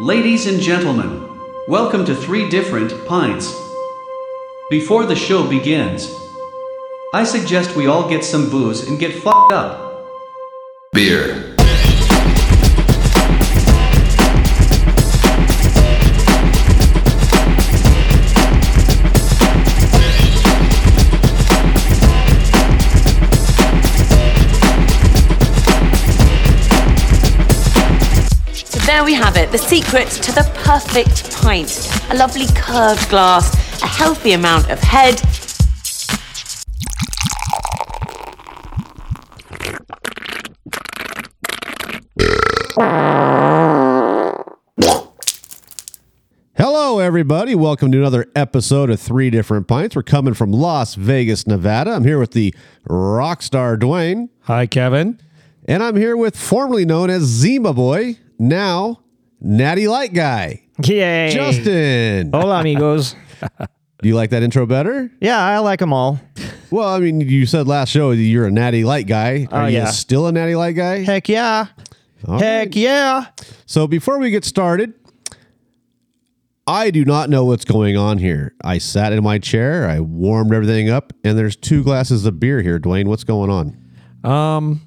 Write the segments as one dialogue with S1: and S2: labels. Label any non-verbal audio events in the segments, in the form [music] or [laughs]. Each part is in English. S1: Ladies and gentlemen, welcome to Three Different Pints. Before the show begins, I suggest we all get some booze and get fucked up.
S2: Beer.
S3: So there we have it, the secret to the perfect pint. A lovely curved glass, a healthy amount of head.
S4: Hello, everybody. Welcome to another episode of Three Different Pints. We're coming from Las Vegas, Nevada. I'm here with the rock star Dwayne,
S5: Hi, Kevin.
S4: and I'm here with formerly known as Zima Boy, now Natty Light Guy,
S6: Yay.
S4: Justin.
S6: Hola, amigos.
S4: Do you like that intro better?
S6: [laughs] yeah, I like them all.
S4: Well, I mean, you said last show that you're a Natty Light guy. Are you
S6: yeah.
S4: still a Natty Light guy?
S6: Heck yeah.
S4: All
S6: Heck yeah.
S4: So before we get started, I do not know what's going on here. I sat in my chair, I warmed everything up, and there's two glasses of beer here. Dwayne, what's going on?
S5: Um,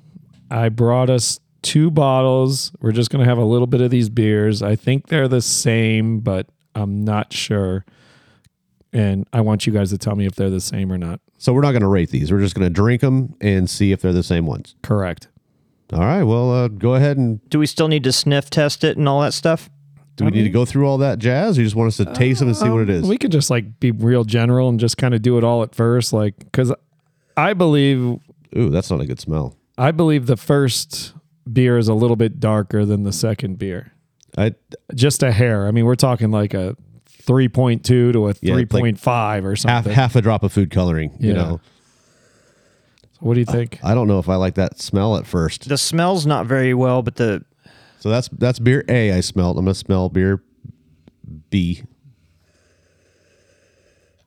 S5: I brought us two bottles. We're just gonna have a little bit of these beers. I think they're the same, but I'm not sure. And I want you guys to tell me if they're the same or not.
S4: So we're not going to rate these. We're just going to drink them and see if they're the same ones.
S5: Correct.
S4: All right. Well, uh, go ahead and
S6: Do we still need to sniff test it and all that stuff?
S4: do we need to go through all that jazz? Or you just want us to taste them and see what it is?
S5: Um, We could just like be real general and just kind of do it all at first, like because I believe
S4: Ooh, that's not a good smell.
S5: I believe the first beer is a little bit darker than the second beer,
S4: I
S5: just a hair. I mean, we're talking like a 3.2 to a
S4: Yeah, it's like
S5: 3.5 or
S4: half
S5: something.
S4: half a drop of food coloring. You
S5: Yeah.
S4: know,
S5: What do you think?
S4: I don't know if I like that smell at first.
S6: The smell's not very well, but the
S4: So that's that's beer A. I smelled. I'm gonna smell beer B.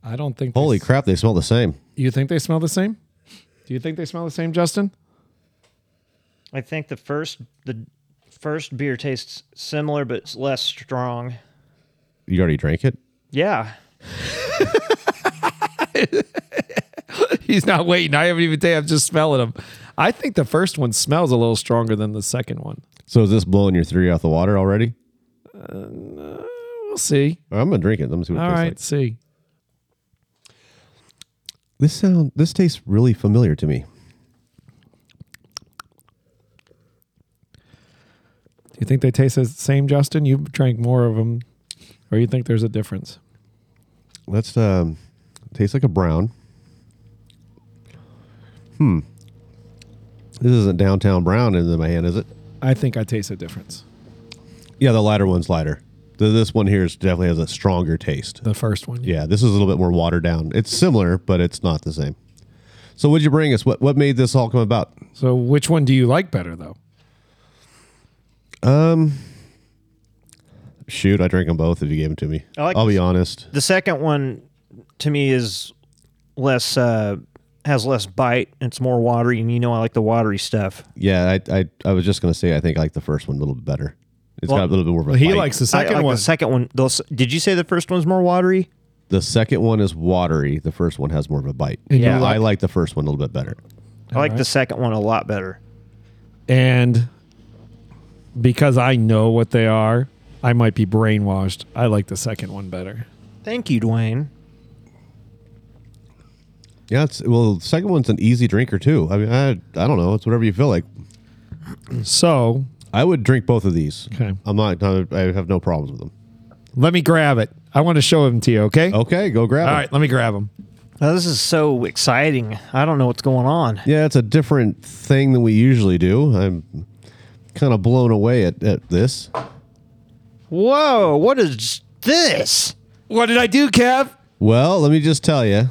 S5: I don't think. they
S4: Holy
S5: s-
S4: crap! They smell the same.
S5: You think they smell the same? Do you think they smell the same, Justin?
S6: I think the first the first beer tastes similar but it's less strong.
S4: You already drank it?
S6: Yeah.
S5: [laughs] He's not waiting. I haven't even taken. I'm just smelling them. I think the first one smells a little stronger than the second one.
S4: So is this blowing your three out the water already?
S5: We'll see.
S4: I'm gonna drink it. Let me see what it
S5: All
S4: tastes
S5: right,
S4: like.
S5: see.
S4: This sound this tastes really familiar to me.
S5: Do you think they taste the same, Justin? You drank more of them, or you think there's a difference?
S4: That's um tastes like a brown. Hmm. This isn't downtown brown in my hand, is it?
S5: I think I taste a difference.
S4: Yeah, the lighter one's lighter. The, this one here is definitely has a stronger taste.
S5: The first one.
S4: Yeah, this is a little bit more watered down. It's similar, but it's not the same. So what'd you bring us? What what made this all come about?
S5: So which one do you like better, though?
S4: Shoot, I drank them both if you gave them to me.
S6: I like
S4: I'll be
S6: this.
S4: honest.
S6: The second one to me is less uh has less bite and it's more watery and you know I like the watery stuff.
S4: Yeah, I, I I was just gonna say I think I like the first one a little bit better. It's got a little bit more of a
S5: He
S4: bite.
S5: likes the
S6: I
S5: second
S6: like
S5: one.
S6: The second one. Those, did you say the first one's more watery?
S4: the second one is watery. The first one has more of a bite.
S5: you
S4: Yeah, I
S5: like-
S4: like the first one a little bit better.
S6: I like the second one a lot better.
S5: and because I know what they are, I might be brainwashed. I like the second one better.
S6: Thank you, Dwayne.
S4: Yeah, it's well, the second one's an easy drinker too. I mean, I I don't know. It's whatever you feel like.
S5: So
S4: I would drink both of these.
S5: Okay.
S4: I'm not. I have no problems with them.
S5: let me grab it. I want to show them to you, okay?
S4: Okay, go grab.
S5: All
S4: them.
S5: right, let me grab them.
S6: Now, this is so exciting. I don't know what's going on.
S4: Yeah, it's a different thing than we usually do. I'm kind of blown away at, at this.
S6: Whoa, what is this?
S5: What did I do, Kev?
S4: Well, let me just tell you,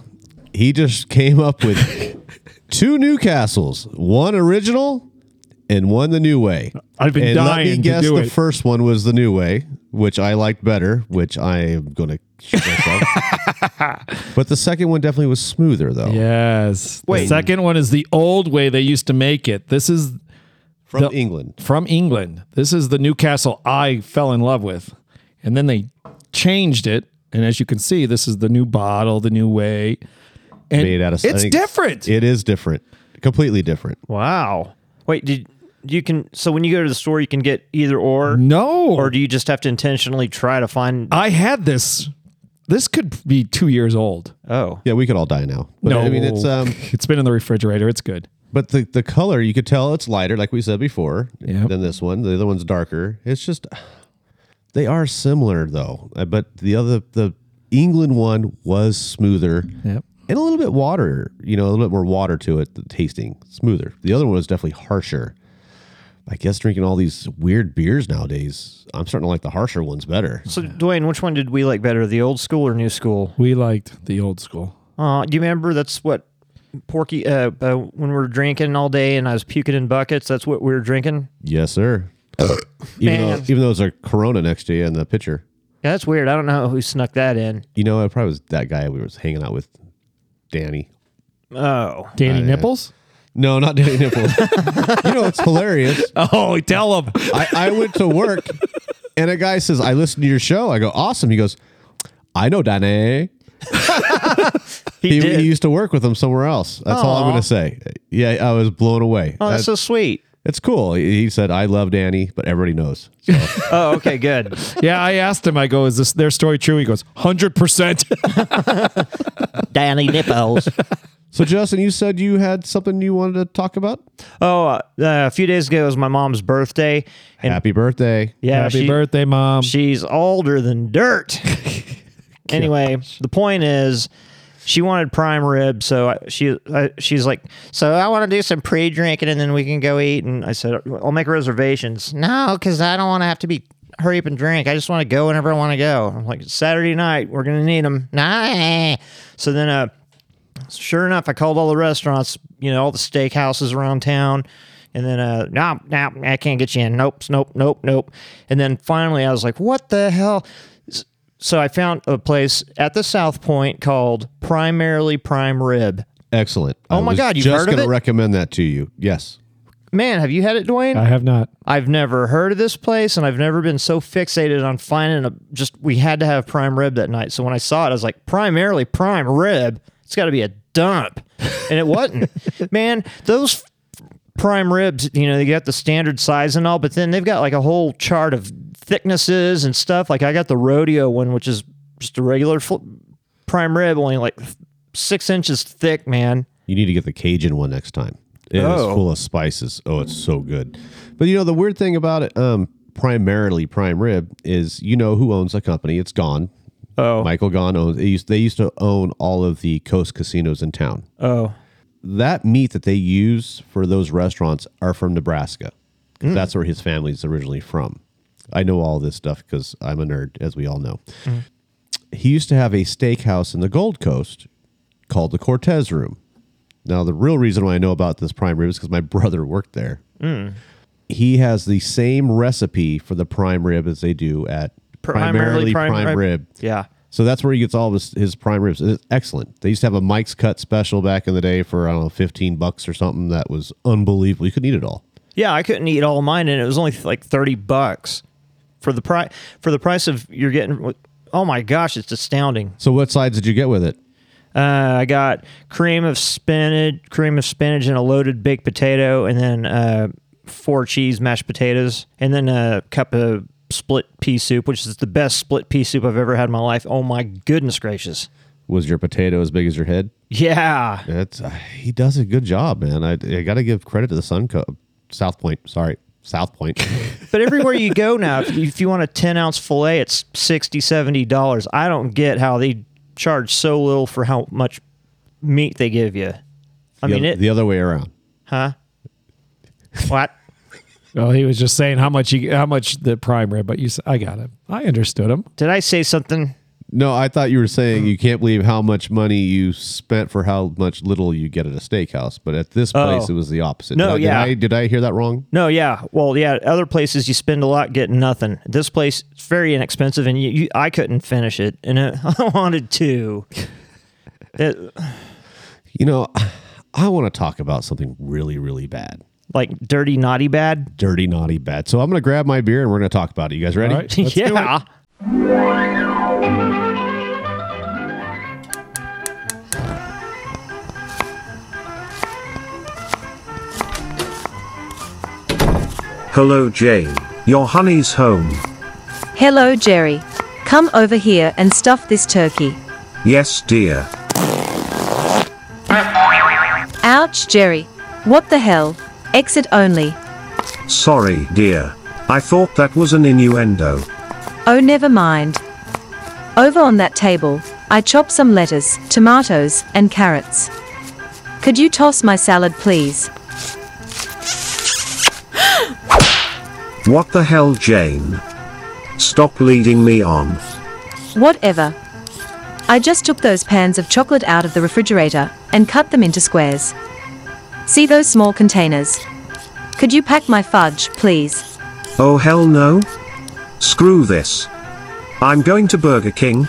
S4: he just came up
S5: [laughs]
S4: with two Newcastles, one original and one the new way.
S5: I've been
S4: and
S5: dying
S4: let me
S5: to
S4: guess
S5: do
S4: the
S5: it.
S4: first one was the new way, which I liked better, which I am going to shoot myself.
S5: [laughs]
S4: but the second one definitely was smoother though.
S5: Yes. The
S6: Wait.
S5: second one is the old way they used to make it. This is
S4: From
S5: The-
S4: England.
S5: from England. This is the Newcastle I fell in love with. And then they changed it. And as you can see, this is the new bottle, the new way. And
S4: Made out of I
S5: it's
S4: think
S5: different.
S4: It is different. Completely different.
S6: Wow. Wait, did you can so when you go to the store you can get either or
S5: no.
S6: or do you just have to intentionally try to find
S5: I had this. This could be two years old.
S6: oh
S4: Yeah, we could all die now. But
S5: no,
S4: I mean it's um
S5: [laughs] it's been in the refrigerator. It's good.
S4: but the the color you could tell it's lighter like we said before
S5: Yep.
S4: than this one. The other one's darker. It's just they are similar though. Uh, But the other the England one was smoother.
S5: Yep.
S4: And a little bit water, you know, a little bit more water to it, the tasting smoother. The other one was definitely harsher. I guess drinking all these weird beers nowadays, I'm starting to like the harsher ones better.
S6: so Dwayne which one did we like better the old school or new school
S5: We liked the old school.
S6: uh do you remember that's what Porky uh, uh when we were drinking all day and I was puking in buckets that's what we were drinking
S4: Yes, sir. even though
S6: Man.
S4: even though there's a Corona next to you in the picture,
S6: yeah that's weird I don't know who snuck that in
S4: you know, it probably was that guy we was hanging out with, Danny.
S6: oh
S4: Uh,
S5: Danny Nipples?
S4: No, not Danny Nipples.
S6: [laughs]
S4: you know, it's hilarious.
S5: [laughs] Oh, tell him.
S4: I, I went to work and a guy says, I listened to your show. I go, awesome. He goes, I know Danny.
S6: [laughs] he,
S4: He,
S6: did
S4: he used to work with him somewhere else. That's all I'm
S6: Aw.
S4: going to say. Yeah, I was blown away.
S6: oh that's so sweet
S4: it's cool. He, he said, I love Danny, but everybody knows.
S6: oh okay good
S5: yeah, I asked him, I go, is this their story true? He goes, [laughs] 100%.
S6: Danny Nipples
S4: So, Justin, you said you had something you wanted to talk about?
S6: [laughs] oh uh, a few days ago was my mom's birthday and
S4: Happy birthday.
S6: yeah
S5: Happy
S6: she-
S5: birthday, Mom.
S6: She's older than [laughs] dirt. anyway, the point is, she wanted prime rib, so I, she I, she's like, so I want to do some pre drinking, and then we can go eat. And I said, I'll make reservations. No, because I don't want to have to be hurry up and drink. I just want to go whenever I want to go. I'm like Saturday night, we're gonna need them. Nah. So then, uh, sure enough, I called all the restaurants, you know, all the steakhouses around town. And then, uh, no, no, I can't get you in. Nope, nope, nope, nope. And then finally, I was like, what the hell? S- So I found a place at the South Point called Primarily Prime Rib.
S4: Excellent.
S6: Oh
S4: I
S6: my
S4: was
S6: God, you've
S4: just
S6: heard of
S4: gonna
S6: it?
S4: recommend that to you. Yes.
S6: Man, have you had it, Dwayne?
S5: I have not.
S6: I've never heard of this place, and I've never been so fixated on finding a just. We had to have prime rib that night, so when I saw it, I was like, primarily prime rib. It's got to be a dump, and
S4: [laughs]
S6: it wasn't. Man, those prime ribs, you know, they got the standard size and all, but then they've got like a whole chart of thicknesses and stuff. Like I got the rodeo one, which is just a regular fl- prime rib, only like six inches thick. Man,
S4: You need to get the Cajun one next time. It is
S6: Oh.
S4: full of spices. Oh, it's so good. But you know the weird thing about it, um, primarily prime rib is you know who owns the company. It's gone.
S6: Oh.
S4: Michael Gone owns. They used, they used to own all of the coast casinos in town.
S6: oh,
S4: That meat that they use for those restaurants are from Nebraska. 'Cause That's where his family's originally from. I know all this stuff because I'm a nerd, as we all know. He used to have a steakhouse in the Gold Coast called the Cortez Room. Now, the real reason why I know about this prime rib is because my [laughs] brother worked there. He has the same recipe for the prime rib as they do at primarily, prime, rib.
S6: Yeah.
S4: So that's where he gets all of his, his prime ribs. It's excellent. They used to have a Mike's Cut special back in the day for, I don't know, 15 bucks or something. That was unbelievable. You couldn't eat it all.
S6: Yeah, I couldn't eat all mine, and it was only like thirty bucks for the price for the price of you're getting. Oh my gosh, it's astounding.
S4: So what sides did you get with it?
S6: Uh, I got cream of spinach, cream of spinach, and a loaded baked potato, and then uh, four cheese mashed potatoes, and then a cup of split pea soup, which is the best split pea soup I've ever had in my life. Oh my goodness gracious!
S4: Was your potato as big as your head?
S6: Yeah,
S4: That's, uh, he does a good job, man. I, I got to give credit to the Sun Co- South Point. Sorry, South Point.
S6: but everywhere you go now, if you, if you want a 10 ounce filet, it's 60 $70. I don't get how they charge so little for how much meat they give you. [laughs]
S4: the,
S6: I mean,
S4: oth-
S6: it,
S4: the other way around.
S6: huh? What?
S5: Well, he was just saying how much he, how much the prime rib, but you, s- I got him. I understood him.
S6: Did I say something?
S4: No, I thought you were saying you can't believe how much money you spent for how much little you get at a steakhouse. But at this place,
S6: Oh.
S4: it was the opposite.
S6: No,
S4: Did I- did
S6: yeah.
S4: I, did I hear that wrong?
S6: No, yeah. Well, yeah. Other places you spend a lot getting nothing. This place it's very inexpensive, and you, you I couldn't finish it, [laughs] and I I wanted to. It,
S4: You know, [sighs] I want to talk about something really, really bad.
S6: like dirty, naughty, bad.
S4: Dirty, naughty, bad. So I'm going to grab my beer and we're going to talk about it. You guys ready?
S5: All right, let's
S6: [laughs]
S5: do
S6: yeah.
S5: it.
S7: Hello, Jane. Your honey's home.
S8: Hello, Jerry. Come over here and stuff this turkey.
S7: Yes, dear.
S8: Ouch, Jerry. What the hell? Exit only.
S7: Sorry, dear. I thought that was an innuendo.
S8: Oh, never mind. Over on that table, I chop some lettuce, tomatoes, and carrots. Could you toss my salad, please?
S7: What the hell, Jane? Stop leading me on.
S8: Whatever. I just took those pans of chocolate out of the refrigerator and cut them into squares. See those small containers? Could you pack my fudge, please?
S7: Oh, hell no. Screw this. I'm going to Burger King.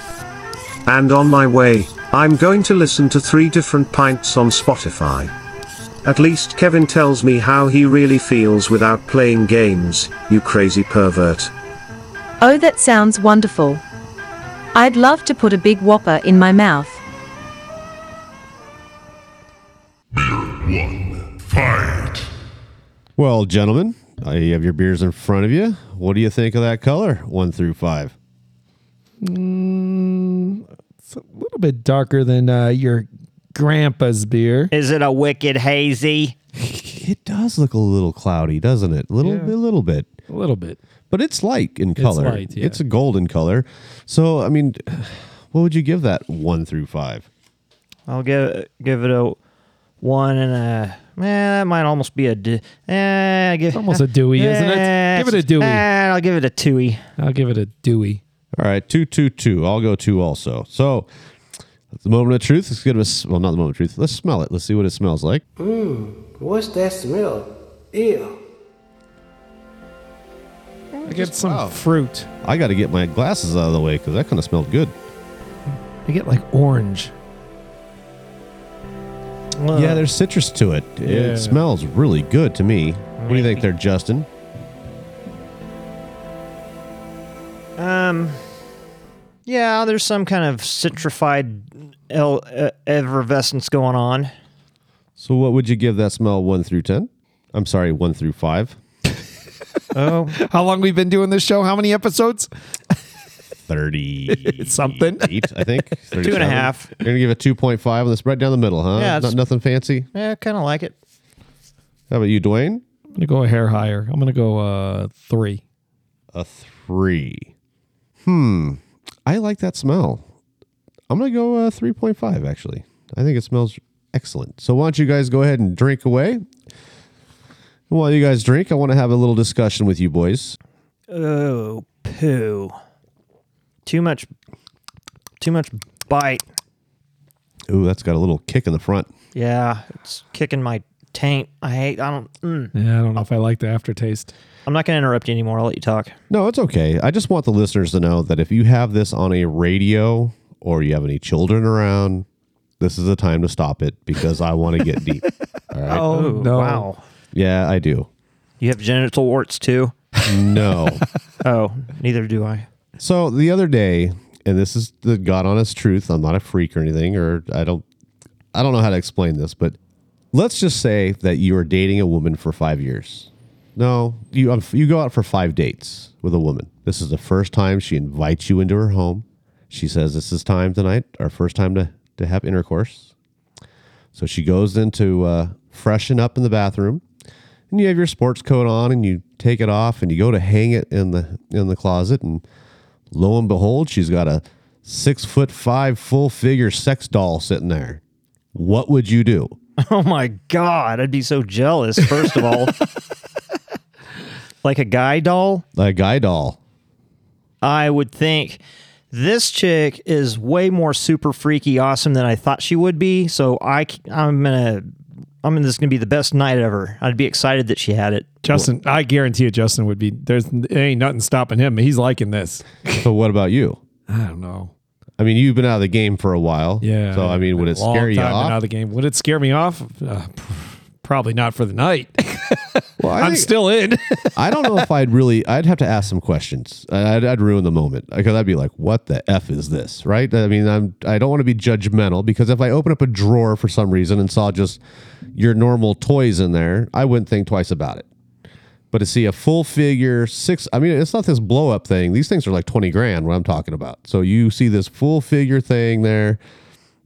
S7: And on my way, I'm going to listen to three different pints on Spotify. At least Kevin tells me how he really feels without playing games, you crazy pervert.
S8: Oh, that sounds wonderful. I'd love to put a big whopper in my mouth.
S4: Well, gentlemen, uh, you have your beers in front of you. What do you think of that color? One through five.
S5: It's a little bit darker than uh, your grandpa's beer.
S6: Is it a wicked hazy?
S4: It does look a little cloudy, doesn't it? A little,
S5: Yeah.
S4: a little bit.
S5: A little bit.
S4: but it's light in color. It's,
S5: light, yeah.
S4: a golden color. So I mean, [sighs] what would you give that one through five?
S6: I'll give give it a one and a. Eh, that might almost be a. D- eh, I give,
S5: Almost a
S6: [laughs]
S5: Dewey, isn't it?
S6: Eh,
S5: [laughs] Give it a Dewey.
S6: eh, I'll give it a twoey.
S5: I'll give it a Dewey.
S4: All right, two, two, two. I'll go two also. So at the moment of truth. Let's get a s- well, not the moment of truth. Let's smell it. Let's see what it smells like.
S9: What's that smell? Ew.
S5: I get some fruit.
S4: I got to get my glasses out of the way because that kind of smelled good.
S5: I get like orange.
S6: Uh.
S4: yeah, there's citrus to it.
S5: Yeah.
S4: It smells really good to me. What do you think there, Justin?
S6: Um, yeah, there's some kind of citrified el- uh, effervescence going on.
S4: So what would you give that smell one through ten? I'm sorry, one through five.
S6: Oh,
S5: [laughs] How long we've been doing this show? How many episodes?
S4: Thirty.
S6: [laughs]
S5: Something. [laughs]
S4: eight, I think.
S6: Two and a half.
S4: You're gonna give it two point five. That's right down the middle, huh?
S6: Yeah, it's-
S4: Not nothing fancy.
S6: yeah, kind of Eh, like it.
S4: How about you, Dwayne?
S5: I'm gonna go a hair higher. I'm gonna go uh three.
S4: A three. Hmm. I like that smell. I'm gonna go uh, three point five. Actually, I think it smells excellent. So why don't you guys go ahead and drink away? While you guys drink, I want to have a little discussion with you boys.
S6: Oh, poo. Too much. Too much bite.
S4: Ooh, that's got a little kick in the front.
S6: Yeah, it's kicking my taint. I hate. I don't. Mm.
S5: Yeah, I don't know if I like the aftertaste.
S6: I'm not gonna interrupt you anymore. I'll let you talk.
S4: No, it's okay. I just want the listeners to know that if you have this on a radio or you have any children around, this is the time to stop it because I want to get deep. All right.
S5: Oh no!
S6: Wow.
S4: Yeah, I do.
S6: You have genital warts too.
S4: No.
S6: Oh, neither do I.
S4: so the other day, and this is the God honest truth. I'm not a freak or anything, or I don't, I don't know how to explain this, but let's just say that you are dating a woman for five years. No, you um, you go out for five dates with a woman. This is the first time she invites you into her home. She says, "This is time tonight, our first time to to have intercourse." So she goes in to uh, freshen up in the bathroom, and you have your sports coat on, and you take it off, and you go to hang it in the in the closet, and lo and behold, she's got a six foot five full figure sex doll sitting there. What would you do?
S6: [laughs] Oh my god, I'd be so jealous. First of all, [laughs] like a guy doll,
S4: A guy doll.
S6: I would think this chick is way more super freaky awesome than I thought she would be. So I, c- I'm gonna, I'm this is gonna be the best night ever. I'd be excited that she had it.
S5: Justin, I guarantee you, Justin would be there's there ain't nothing stopping him. He's liking this.
S4: So what about you?
S5: I don't know.
S4: I mean, you've been out of the game for a while.
S5: Yeah.
S4: So I mean, would it
S5: Long
S4: scare you
S5: time been Out of
S4: off?
S5: the game. Would it scare me off? Uh, probably not for the night. [laughs]
S4: Well, I
S5: I'm
S4: think-
S5: still in. [laughs]
S4: I don't know if I'd really. I'd have to ask some questions. I'd, I'd ruin the moment because I'd be like, "What the f is this?" Right? I mean, I'm. I don't want to be judgmental because if I open up a drawer for some reason and saw just your normal toys in there, I wouldn't think twice about it. But to see a full figure six, I mean, it's not this blow up thing. These things are like twenty grand. What I'm talking about. So you see this full figure thing there,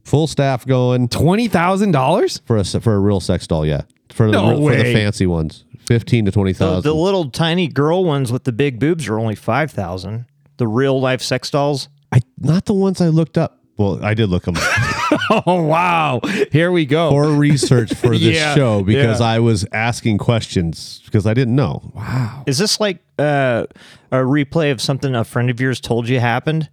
S4: full staff going
S5: Twenty thousand dollars?
S4: for a se- for a real sex doll. Yeah, for
S5: No
S4: the for the
S5: way.
S4: fancy ones, fifteen to twenty
S6: The,
S4: thousand.
S6: the little tiny girl ones with the big boobs are only five thousand. The real life sex dolls.
S4: I not the ones I looked up. Well, I did look them
S5: [laughs]
S4: up
S5: [laughs] Oh wow! Here we go.
S4: for research for this
S5: Yeah,
S4: show because
S5: yeah.
S4: I was asking questions because I didn't know.
S5: wow.
S6: Is this like uh, a replay of something a friend of yours told you happened?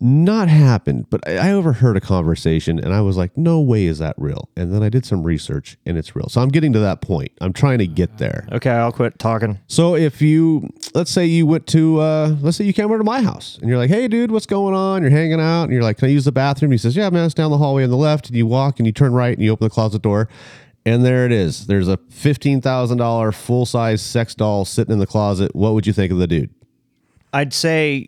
S4: Not happened, but I, I overheard a conversation and I was like, "No way is that real." And then I did some research and it's real. So I'm getting to that point. I'm trying to get there.
S6: Okay, I'll quit talking.
S4: So if you let's say you went to uh, let's say you came over to my house and you're like, hey dude, what's going on? You're hanging out and you're like, can I use the bathroom? He says, yeah man, it's down the hallway on the left. And you walk and you turn right and you open the closet door, and there it is. There's a fifteen thousand dollar full size sex doll sitting in the closet. What would you think of the dude?
S6: I'd say,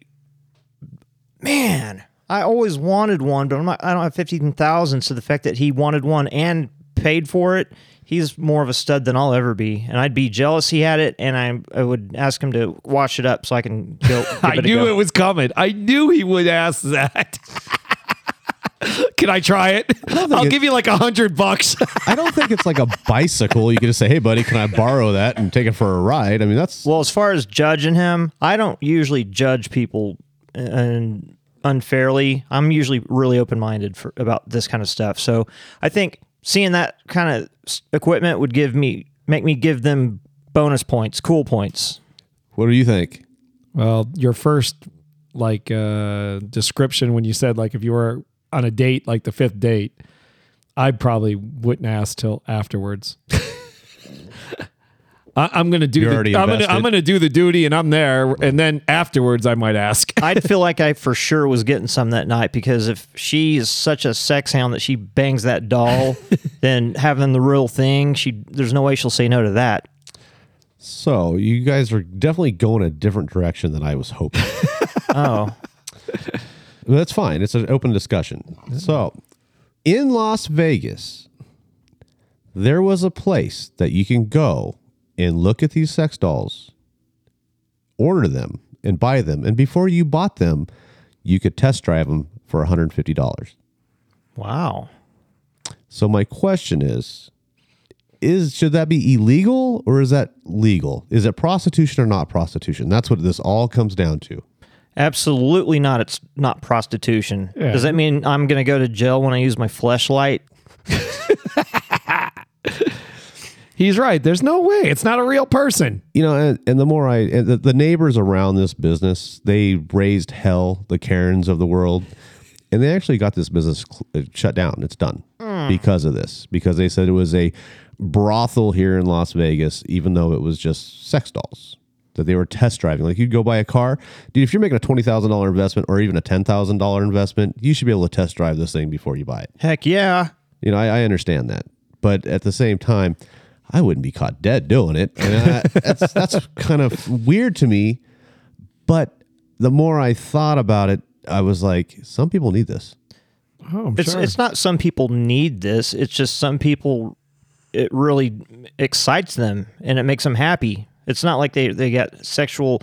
S6: man, I always wanted one, but I'm not, I don't have fifteen thousand. So the fact that he wanted one and paid for it, he's more of a stud than I'll ever be, and I'd be jealous he had it, and I I would ask him to wash it up so I can
S5: [laughs]
S6: go. give
S5: I
S6: it a
S5: knew
S6: go.
S5: it was coming. I knew he would ask that. [laughs] Can I try it? I'll
S4: it-
S5: give you like a hundred bucks. [laughs]
S4: I don't think it's like a [laughs] bicycle. You can just say, hey buddy, can I borrow that and take it for a ride? I mean, that's
S6: Well, as far as judging him, I don't usually judge people and unfairly. I'm usually really open minded for about this kind of stuff. So I think seeing that kind of s- equipment would give me make me give them bonus points, cool points.
S4: what do you think?
S5: Well, your first like uh description when you said like if you were on a date like the fifth date, I probably wouldn't ask till afterwards. [laughs] I, I'm gonna do.
S4: You're already
S5: The, I'm gonna.
S4: invested.
S5: I'm gonna do the duty, and I'm there. And then afterwards, I might ask. [laughs]
S6: I'd feel like I for sure was getting some that night because if she is such a sex hound that she bangs that doll, then having the real thing, she there's no way she'll say no to that.
S4: So you guys are definitely going a different direction than I was hoping.
S6: Oh,
S4: Well, That's fine. It's an open discussion. So, in Las Vegas, there was a place that you can go and look at these sex dolls, order them, and buy them. And before you bought them, you could test drive them for $150.
S6: wow.
S4: So, my question is is should that be illegal or is that legal? Is it prostitution or not prostitution? That's what this all comes down to.
S6: Absolutely not. It's not prostitution. Does that mean I'm going to go to jail when I use my fleshlight?
S5: He's right. There's no way. It's not a real person.
S4: you know, and, and the more I, and the, the neighbors around this business, they raised hell, the Karens of the world, and they actually got this business cl- uh, shut down. It's done because of this, because they said it was a brothel here in Las Vegas, even though it was just sex dolls that they were test driving. Like you'd go buy a car, dude. If you're making a twenty thousand dollar investment or even a ten thousand dollar investment, you should be able to test drive this thing before you buy it.
S6: Heck yeah.
S4: You know, I, I understand that, but at the same time, I wouldn't be caught dead doing it. And I, [laughs] that's that's kind of weird to me. But the more I thought about it, I was like, some people need this.
S5: Oh, I'm
S6: It's
S5: sure.
S6: it's not some people need this. It's just some people it really excites them and it makes them happy. It's not like they they got sexual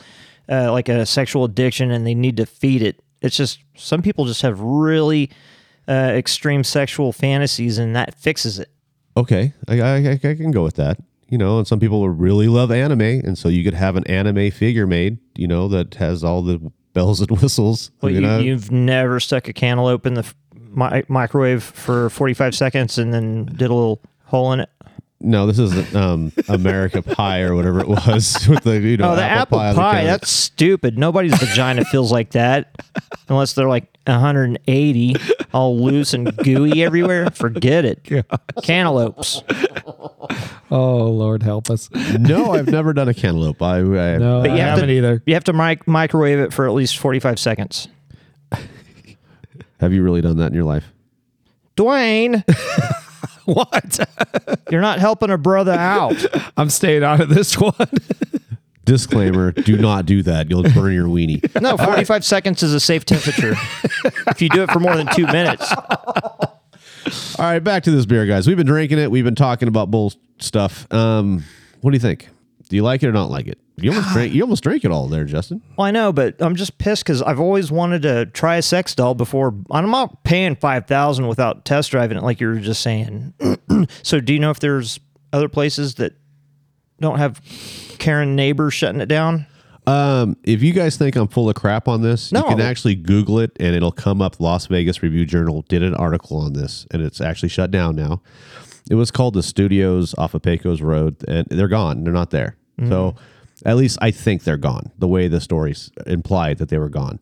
S6: uh, like a sexual addiction and they need to feed it. It's just some people just have really uh, extreme sexual fantasies and that fixes it.
S4: Okay, I, I, I I can go with that. You know, and some people will really love anime, and so you could have an anime figure made. You know, that has all the bells and whistles. I
S6: Well,
S4: mean,
S6: you,
S4: I-
S6: you've never stuck a cantaloupe in the f- mi- microwave for 45 seconds and then did a little hole in it.
S4: no, this isn't um, America Pie or whatever it was [laughs] with the you know
S6: Oh, the apple,
S4: on the
S6: pie.
S4: counter.
S6: That's stupid. Nobody's vagina feels like that unless they're like 180, all loose and gooey everywhere. Forget it. Cantaloupes.
S5: oh Lord, help us.
S4: no, I've never done a cantaloupe. I, I
S5: No,
S6: But
S5: I
S6: you have
S5: haven't
S6: to- [laughs]
S5: either.
S6: You have to mic- microwave it for at least 45 seconds.
S4: Have you really done that in your life?
S6: Dwayne,
S5: what?
S6: You're not helping a brother out.
S5: [laughs] I'm staying out of this [laughs] one.
S4: Disclaimer: Do not do that. You'll burn your weenie.
S6: No, 45 seconds is a safe temperature. if you do it for more than two minutes,
S4: All right, back to this beer, guys. We've been drinking it. We've been talking about bull stuff. Um, what do you think? Do you like it or not like it? You almost drank. You almost drank it all there, Justin.
S6: well, I know, but I'm just pissed because I've always wanted to try a sex doll before. I'm not paying 5000 without test driving it, like you were just saying. [clears throat] so, do you know if there's other places that don't have Karen neighbor shutting it down?
S4: Um, if you guys think I'm full of crap on this,
S6: No.
S4: you can actually Google it and it'll come up. Las Vegas Review Journal did an article on this, and it's actually shut down now. It was called the Studios off of Pecos Road, and they're gone. They're not there. So, at least I think they're gone. The way the stories implied that they were gone.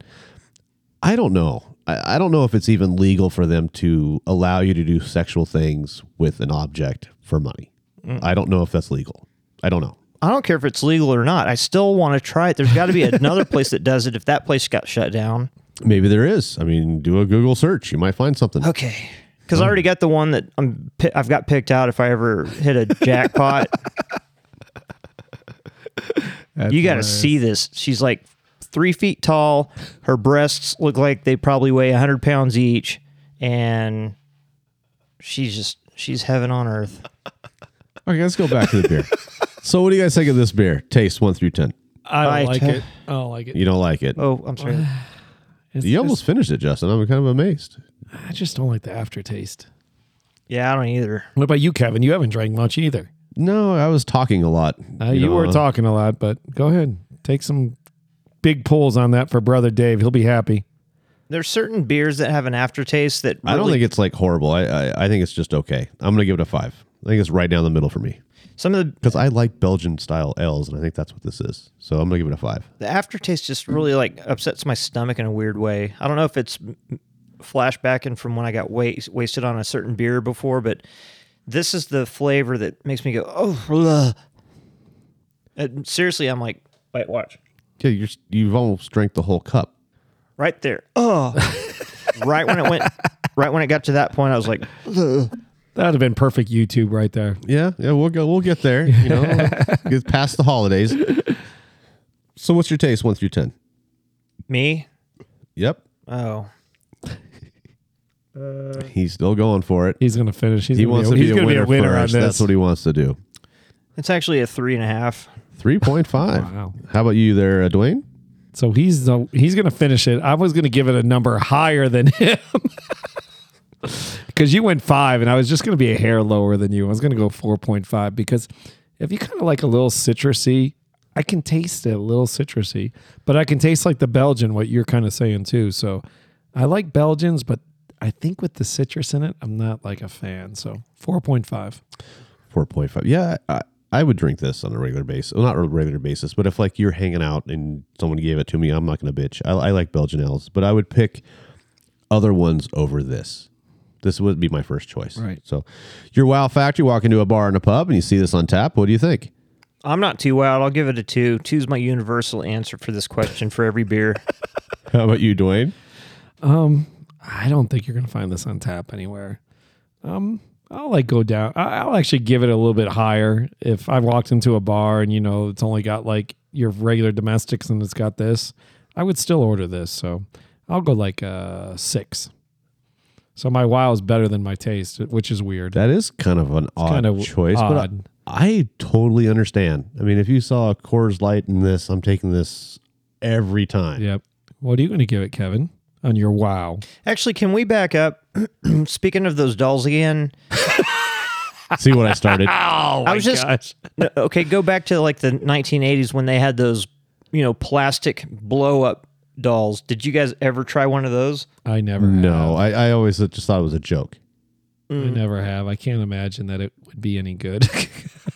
S4: I don't know. I, I don't know if it's even legal for them to allow you to do sexual things with an object for money. I don't know if that's legal. I don't know.
S6: I don't care if it's legal or not. I still want to try it. There's got to be another place that does it if that place got shut down.
S4: Maybe there is. I mean, do a Google search. You might find something.
S6: Okay. Because I already got the one that I'm pi- I've got picked out if I ever hit a jackpot. you got to see this. She's like three feet tall. Her breasts look like they probably weigh 100 pounds each. And she's just, she's heaven on earth.
S4: Okay, let's go back to the [laughs] beer. so, what do you guys think of this beer? Taste one through ten.
S5: I don't
S6: I
S5: like
S6: t-
S5: it. I don't like it.
S4: You don't like it.
S6: Oh, I'm sorry.
S5: It's
S4: you almost finished it, Justin. I'm kind of amazed.
S5: just- I just don't like the aftertaste.
S6: Yeah, I don't either.
S5: What about you, Kevin? You haven't drank much either.
S4: No, I was talking a lot.
S5: Uh, you
S4: know,
S5: were
S4: uh,
S5: talking a lot, but go ahead. Take some big pulls on that for brother Dave. He'll be happy.
S6: There's certain beers that have an aftertaste that
S4: I don't
S6: really-
S4: think it's like horrible. I, I I think it's just okay. I'm gonna give it a five. I think it's right down the middle for me
S6: some of the
S4: because I like Belgian style L's, and I think that's what this is. So I'm gonna give it a five.
S6: the aftertaste just really like upsets my stomach in a weird way. I don't know if it's m- flashbacking from when I got wa- wasted on a certain beer before, but this is the flavor that makes me go, oh, ugh." And seriously, I'm like, wait, watch
S4: Yeah, you're, s- you've almost drank the whole cup.
S6: right there. Oh, [laughs] right when it went, right when it got to that point, I was like,
S5: That'd have been perfect YouTube right there.
S4: Yeah, yeah, we'll go. We'll get there. You [laughs] know, get past the [laughs] holidays. So, what's your taste one through ten?
S6: me?
S4: Yep,
S6: Oh,
S4: he's still going for it.
S5: He's gonna finish. He's
S4: He
S5: gonna
S4: wants to
S5: be,
S4: be
S5: he's
S4: a
S5: gonna
S4: winner,
S5: be a winner on
S4: first.
S5: this.
S4: That's what he wants to do.
S6: it's actually a three and a half.
S4: Three point five.
S5: Wow.
S4: How about you there, uh, Dwayne?
S5: so he's the, he's gonna finish it. I was gonna give it a number higher than [laughs] him. Because you went five, and I was just going to be a hair lower than you. I was going to go 4.5 because if you kind of like a little citrusy, I can taste it a little citrusy, but I can taste like the Belgian, what you're kind of saying too. So I like Belgians, but I think with the citrus in it, I'm not like a fan. So 4.5.
S4: Four point five. Yeah, I, I would drink this on a regular basis. Well, not a regular basis, but if like you're hanging out and someone gave it to me, I'm not going to bitch. I, I like Belgian ales, but I would pick other ones over this. This would be my first choice.
S5: Right.
S4: So, your wow factor. You walk into a bar and a pub and you see this on tap. What do you think?
S6: I'm not too wild. I'll give it a two. Two's my universal answer for this question for every beer.
S4: How about you, Dwayne?
S5: Um, I don't think you're going to find this on tap anywhere. Um, I'll like go down. I- I'll actually give it a little bit higher. If I walked into a bar and you know it's only got like your regular domestics and it's got this, I would still order this. So I'll go like uh six. So my wow is better than my taste, which is weird.
S4: That is kind of an odd
S5: kind of
S4: choice,
S5: odd.
S4: but I, I totally understand. I mean, if you saw a Coors Light in this, I'm taking this every time.
S5: yep. What are you going to give it, Kevin, on your wow?
S6: Actually, can we back up? [clears throat] Speaking of those dolls again,
S4: See what I
S5: [laughs]
S4: started?
S5: Oh,
S6: I was just [laughs] No, okay. Go back to like the 1980s when they had those, you know, plastic blow up dolls. Did you guys ever try one of those?
S5: I never.
S4: no, I, I always just thought it was a joke.
S5: have. I never have. I can't imagine that it would be any good. [laughs]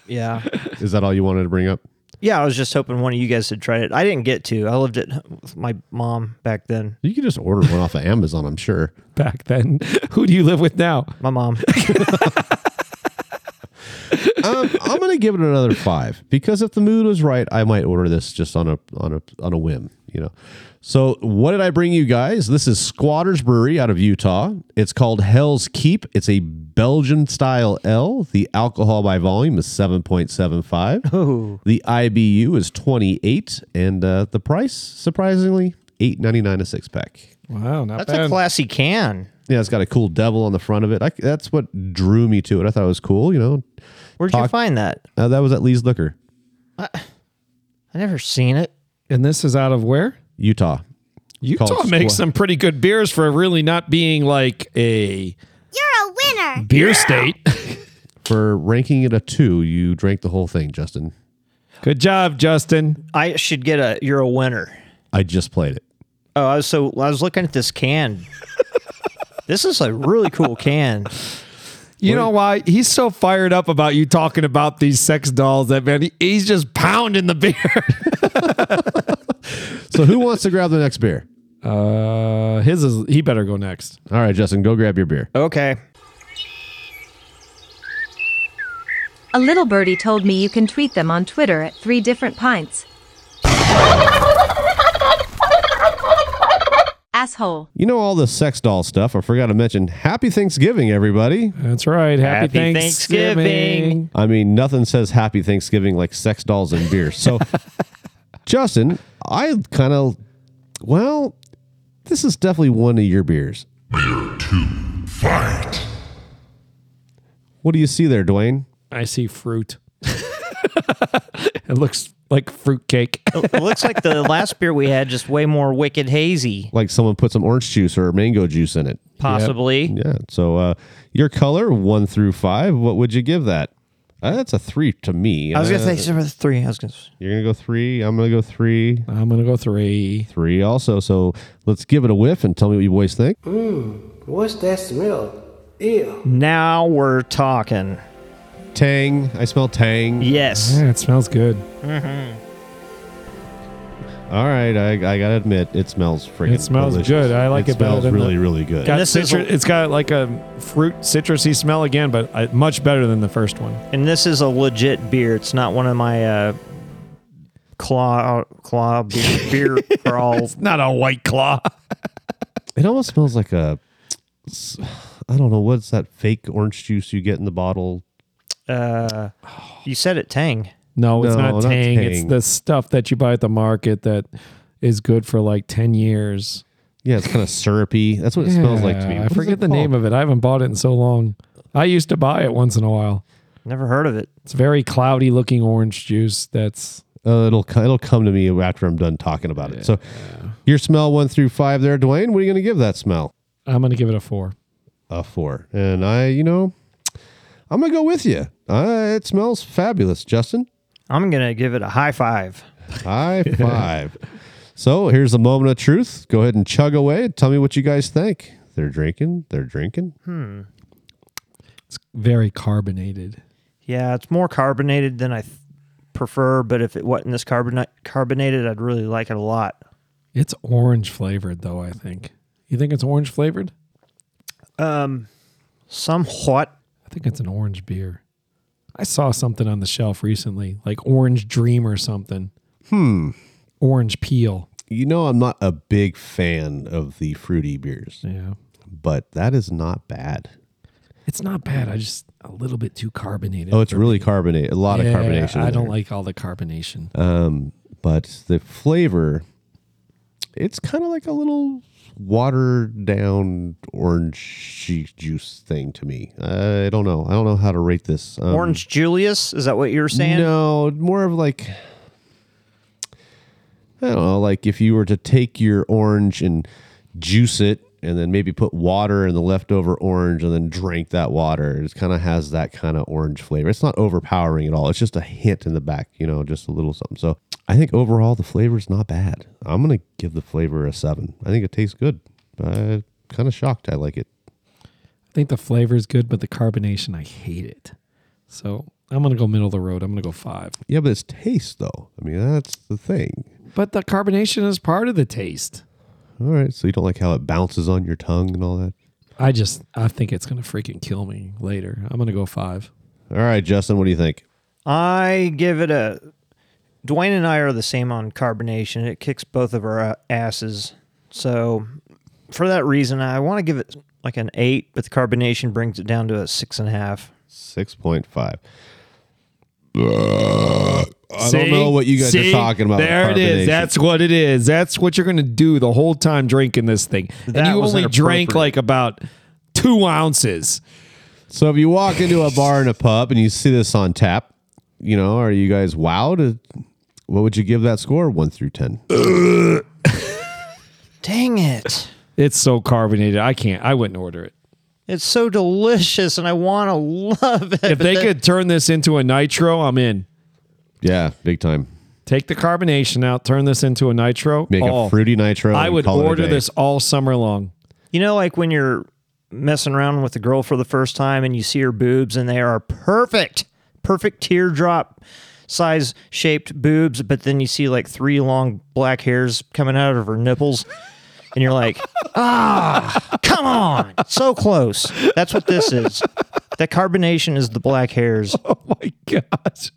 S6: Yeah,
S4: Is that all you wanted to bring up?
S6: [laughs] yeah. I was just hoping one of you guys had tried it. I didn't get to. I lived at with my mom back then.
S4: You could just order one off of Amazon, I'm sure.
S5: Back then, who do you live with now?
S6: My mom.
S4: um, I'm gonna give it another five because if the mood was right, I might order this just on a on a on a whim, you know. So what did I bring you guys? This is Squatters Brewery out of Utah. It's called Hell's Keep. It's a Belgian style L. The alcohol by volume is seven point seven five. The IBU is twenty eight, and uh, the price surprisingly eight ninety nine a six pack.
S5: Wow, not
S6: That's
S5: bad.
S6: a classy can.
S4: Yeah, it's got a cool devil on the front of it. I, that's what drew me to it. I thought it was cool. You know,
S6: Where'd you
S4: Talk-
S6: find that?
S4: uh, that was at Lee's Liquor.
S6: I never seen it.
S5: and this is out of where?
S4: Utah.
S5: Utah
S4: Called
S5: makes
S4: Squaw-
S5: some pretty good beers for really not being like a
S10: You're a winner.
S5: beer state.
S4: For ranking it a two, you drank the whole thing, Justin.
S5: good job, Justin.
S6: I should get a. You're a winner.
S4: I just played it.
S6: Oh, I was so I was looking at this can. this is a really cool can.
S5: You know why? He's so fired up about you talking about these sex dolls that man, he- he's just pounding the beer. [laughs]
S4: So who wants to grab the next beer?
S5: Uh, his is he better go next.
S4: All right, Justin, go grab your beer.
S6: Okay.
S8: A little birdie told me you can tweet them on Twitter at three different pints. Asshole.
S4: You know all the sex doll stuff. I forgot to mention. Happy Thanksgiving, everybody.
S5: That's right. Happy,
S6: Happy
S5: Thanksgiving.
S6: Thanksgiving.
S4: I mean, nothing says happy Thanksgiving like sex dolls and beer. [laughs] So, Justin, I kind of, well, this is definitely one of your beers.
S2: Fight.
S4: What do you see there, Dwayne?
S5: I see fruit. [laughs] it looks like fruitcake.
S6: It looks like the last beer we had just way more wicked hazy,
S4: Like someone put some orange juice or mango juice in it.
S6: possibly.
S4: Yeah. So, uh, your color one through five. What would you give that? Uh, that's a three to me.
S6: I was gonna
S4: Uh,
S6: say number three. I was gonna.
S4: you're gonna go three. I'm gonna go three.
S5: I'm gonna go three.
S4: Three also. So let's give it a whiff and tell me what you boys think.
S9: What's that smell? Ew.
S6: Now we're talking.
S4: Tang. I smell tang.
S6: Yes.
S5: Yeah, it smells good.
S4: All right, I, I gotta admit, it smells freaking.
S5: It smells
S4: delicious.
S5: good. I like it better
S4: smells
S5: than
S4: really,
S5: the-
S4: really good.
S5: Got
S6: this is
S5: citru-
S6: a-
S5: it's got like a fruit citrusy smell again, but uh, much better than the first one.
S6: And this is a legit beer. It's not one of my uh, claw claw [laughs] beer, beer crawls.
S5: Not a white claw.
S4: It almost smells like a. s- I don't know what's that fake orange juice you get in the bottle.
S6: Uh, you said it, Tang.
S5: [laughs] No, it's
S4: No,
S5: not
S4: not
S5: tang. It's
S4: Tang.
S5: the stuff that you buy at the market that is good for like ten years.
S4: Yeah, it's kind of syrupy. That's what it smells like to me.
S5: Yeah,
S4: What
S5: I
S4: is
S5: forget
S4: it
S5: the name
S4: called?
S5: of it. I haven't bought it in so long. I used to buy it once in a while.
S6: Never heard of it.
S5: It's very cloudy looking orange juice. That's
S4: Uh, it'll co- it'll come to me after I'm done talking about it. So, your smell one through five there, Dwayne. What are you gonna give that smell?
S5: I'm gonna give it a four.
S4: A four. And I, you know, I'm gonna go with you. Uh, it smells fabulous, Justin.
S6: I'm gonna give it a high five.
S5: [laughs]
S4: High five. So here's the moment of truth. Go ahead and chug away. Tell me what you guys think. They're drinking. They're drinking.
S5: It's very carbonated.
S6: Yeah, it's more carbonated than I th- prefer, but if it wasn't this carbonate carbonated, I'd really like it a lot.
S5: It's orange flavored though. I think. You think it's orange flavored?
S6: Um, somewhat.
S5: I think it's an orange beer. I saw something on the shelf recently, like Orange Dream or something. Hmm. Orange Peel.
S4: You know, I'm not a big fan of the fruity beers,
S5: Yeah.
S4: but that is not bad.
S5: It's not bad. I just a little bit too carbonated.
S4: Oh, it's really carbonate. A lot of
S5: Yeah,
S4: carbonation. in
S5: I don't
S4: there. Uh.
S5: like all the carbonation.
S4: Um, But the flavor, it's kind of like a little watered down orange ju- juice thing to me. I don't know. I don't know how to rate this. Um,
S6: Orange Julius, is that what you were saying?
S4: No, more of like I don't know, like if you were to take your orange and juice it and then maybe put water in the leftover orange and then drink that water. It kind of has that kind of orange flavor. It's not overpowering at all. It's just a hint in the back, you know, just a little something. So I think overall the flavor's not bad. I'm gonna give the flavor a seven. I think it tastes good. I kind of shocked. I like it.
S5: I think the flavor is good, but the carbonation, I hate it. So I'm gonna go middle of the road. I'm gonna go five.
S4: Yeah, but it's taste though. I mean, that's the thing.
S5: But the carbonation is part of the taste.
S4: All right. So you don't like how it bounces on your tongue and all that.
S5: I just I think it's gonna freaking kill me later. I'm gonna go five.
S4: All right, Justin, what do you think?
S6: I give it a. Dwayne and I are the same on carbonation. It kicks both of our uh, asses. So, for that reason, I want to give it like an eight, but the carbonation brings it down to a six and a half.
S4: Six point five. I don't know what you guys
S5: See?
S4: are talking about. with
S5: There it
S4: carbonation.
S5: is. That's what it is. That's what you're going to do the whole time drinking this thing.
S6: That
S5: and you
S6: was
S5: only drank
S6: inappropriate.
S5: like about two ounces.
S4: so. If you walk into a bar and a pub and you see this on tap, you know, are you guys wowed? Uh, What would you give that score? One through ten.
S6: Dang
S5: [laughs]
S6: it.
S5: It's so carbonated. I can't. I wouldn't order it.
S6: It's so delicious and I want to [laughs] love it.
S5: If
S6: but
S5: they
S6: then-
S5: could turn this into a nitro, I'm in.
S4: Yeah, big time.
S5: Take the carbonation out. Turn this into a nitro.
S4: Make
S5: Oh,
S4: a fruity nitro.
S5: I
S4: and
S5: would
S4: call it a
S5: order
S4: day.
S5: this all summer long.
S6: [laughs] You know, like when you're messing around with a girl for the first time and you see her boobs and they are perfect, perfect teardrop size shaped boobs, but then you see like three long black hairs coming out of her nipples. And you're like, [laughs] ah, come on. So close. That's what this is. That carbonation is the black hairs.
S5: Oh my gosh.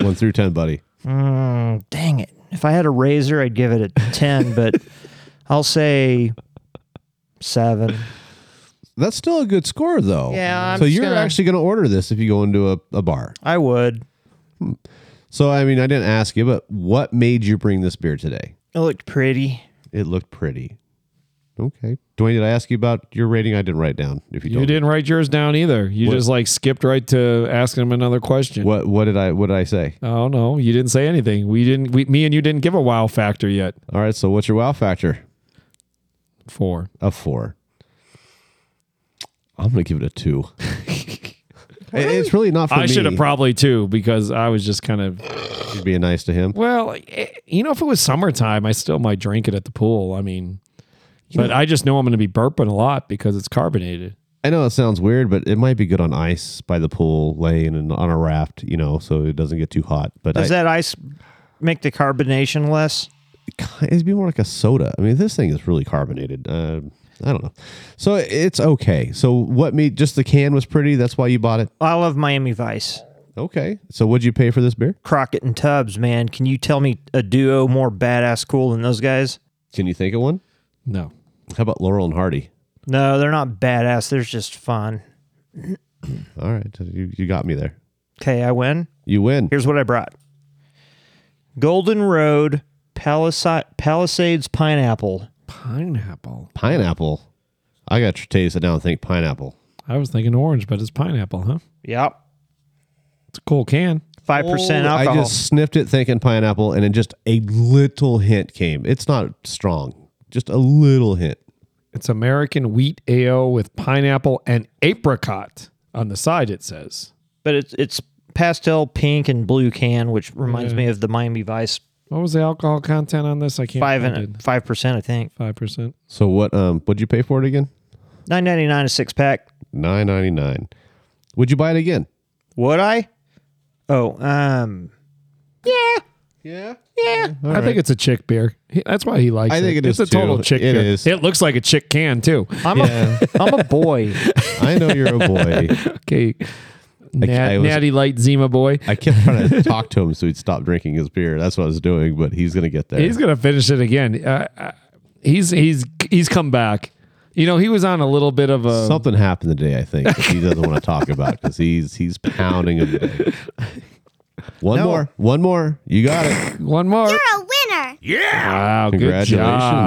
S4: one through ten, buddy.
S6: Dang it. If I had a razor, I'd give it a 10, but I'll say seven.
S4: That's still a good score, though.
S6: Yeah, I'm
S4: so
S6: just
S4: you're
S6: gonna-
S4: actually going to order this if you go into a, a bar.
S6: I would.
S4: So I mean, I didn't ask you, but what made you bring this beer today?
S6: It looked pretty.
S4: It looked pretty. Okay, Dwayne, did I ask you about your rating? I didn't write down. If you,
S5: You
S4: told me.
S5: didn't write yours down either. You
S4: What-
S5: just like skipped right to asking him another question.
S4: what what did I what did I say?
S5: Oh no, you didn't say anything. We didn't. We, me and you didn't give a wow factor yet.
S4: All right, so what's your wow factor?
S5: Four.
S4: A four. I'm gonna give it a two. [laughs] It- It's really not for me.
S5: I should have probably two because I was just kind of
S4: You're being nice to him.
S5: well. eh, You know, if it was summertime, I still might drink it at the pool. I mean, but I just know I'm going to be burping a lot because it's carbonated.
S4: I know it sounds weird, but it might be good on ice by the pool, laying and on a raft, you know, so it doesn't get too hot. But I,
S6: Does that ice make the carbonation less?
S4: ki- it'd be more like a soda. I mean, this thing is really carbonated. Uh, I don't know. So it's okay. So what made just the can was pretty. That's why you bought it.
S6: I love Miami Vice.
S4: Okay. So what'd you pay for this beer?
S6: Crockett and Tubbs, man. Can you tell me a duo more badass cool than those guys?
S4: Can you think of one?
S5: No,
S4: How about Laurel and Hardy?
S6: No, they're not badass. They're just fun.
S4: All right. You, you got me there.
S6: Okay, I win.
S4: You win.
S6: Here's what I brought Golden Road Palisa- Palisades Pineapple.
S5: pineapple.
S4: Pineapple. I got to taste it now and think pineapple.
S5: I was thinking orange, but it's pineapple, huh?
S6: Yep.
S5: It's a cool can.
S6: 5% alcohol.
S4: Oh, I just sniffed it thinking pineapple and then just a little hint came. It's not strong. Just a little hint.
S5: It's American wheat ale with pineapple and apricot on the side. It says.
S6: but it's, it's pastel pink and blue can, which reminds me of the Miami Vice.
S5: What was the alcohol content on this? I can't.
S6: Five and five percent, I think.
S5: five percent.
S4: So what um would you pay for it again?
S6: Nine ninety nine a six pack.
S4: Nine ninety nine. Would you buy it again?
S6: Would I? Oh, um,
S5: I think it's a chick beer. He, that's why he likes it.
S4: I think it
S5: it's
S4: is
S5: a total
S4: too.
S5: chick
S4: It
S5: beer.
S4: is.
S5: It looks like a chick can too.
S6: I'm a [laughs] I'm a boy.
S4: I know you're a [laughs] boy.
S5: [laughs] Okay. Nat,
S4: I was-
S5: Natty Light Zima boy.
S4: I kept trying to talk to him so he'd stop drinking his beer. That's what I was doing, but he's gonna get there.
S5: He's gonna finish it again. Uh, uh, he's he's he's come back. You know he was on a little bit of a.
S4: Something happened today, I think, that he doesn't want to talk about because he's he's pounding him. Today. One more, one more. You got it.
S5: One more.
S10: You're a winner.
S5: Wow, good job.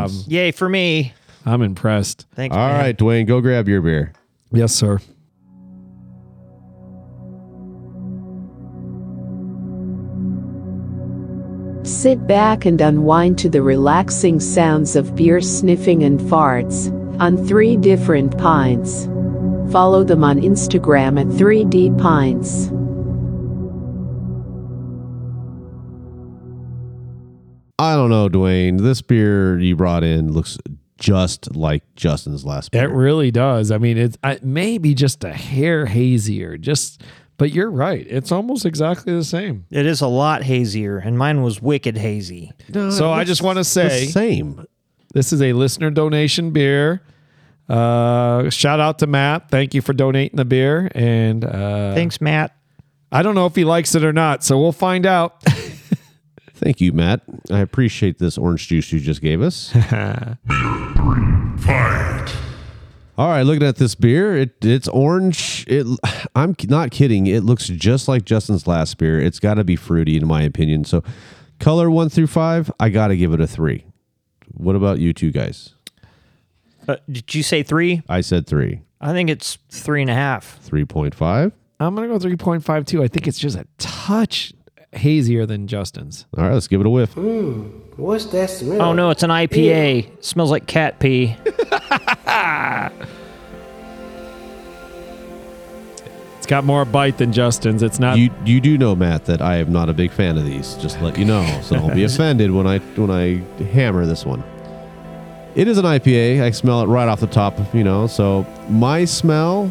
S4: Congratulations.
S6: Yay for me.
S5: I'm impressed.
S6: Thanks.
S4: All
S6: man.
S4: right, Dwayne, go grab your beer.
S5: Yes, sir.
S11: Sit back and unwind to the relaxing sounds of beer sniffing and farts on three different pints. Follow them on Instagram at 3D Pints.
S4: I don't know, Dwayne. This beer you brought in looks just like Justin's last
S5: It
S4: beer.
S5: really does. I mean, it's I, maybe just a hair hazier. Just, but you're right. It's almost exactly the same.
S6: It is a lot hazier, and mine was wicked hazy.
S5: so I just want to
S4: The
S5: say
S4: same.
S5: This is a listener donation beer. Uh, shout out to Matt. Thank you for donating the beer. And uh,
S6: Thanks, Matt.
S5: I don't know if he likes it or not, so we'll find out. [laughs]
S4: Thank you, Matt. I appreciate this orange juice you just gave us. All right, looking at this beer, it it's orange. It I'm not kidding. It looks just like Justin's last beer. It's got to be fruity in my opinion. So, color 1 through 5, I got to give it a 3. What about you two guys?
S6: Uh, did you say three?
S4: I said 3.
S6: I think it's three and a half.
S4: 3.5.
S5: I'm gonna go 3.52. I think it's just a touch hazier than Justin's.
S4: All right, let's give it a whiff.
S9: What's that smell?
S6: Oh no, it's an IPA. Smells like cat pee.
S5: It's got more bite than Justin's. It's
S6: Uh,
S5: not.
S4: You you do know, Matt, that I am not a big fan of these. Just to let you know, so don't
S6: [laughs]
S4: be offended when I when I hammer this one. It is an IPA. I smell it right off the top, you know. So my smell,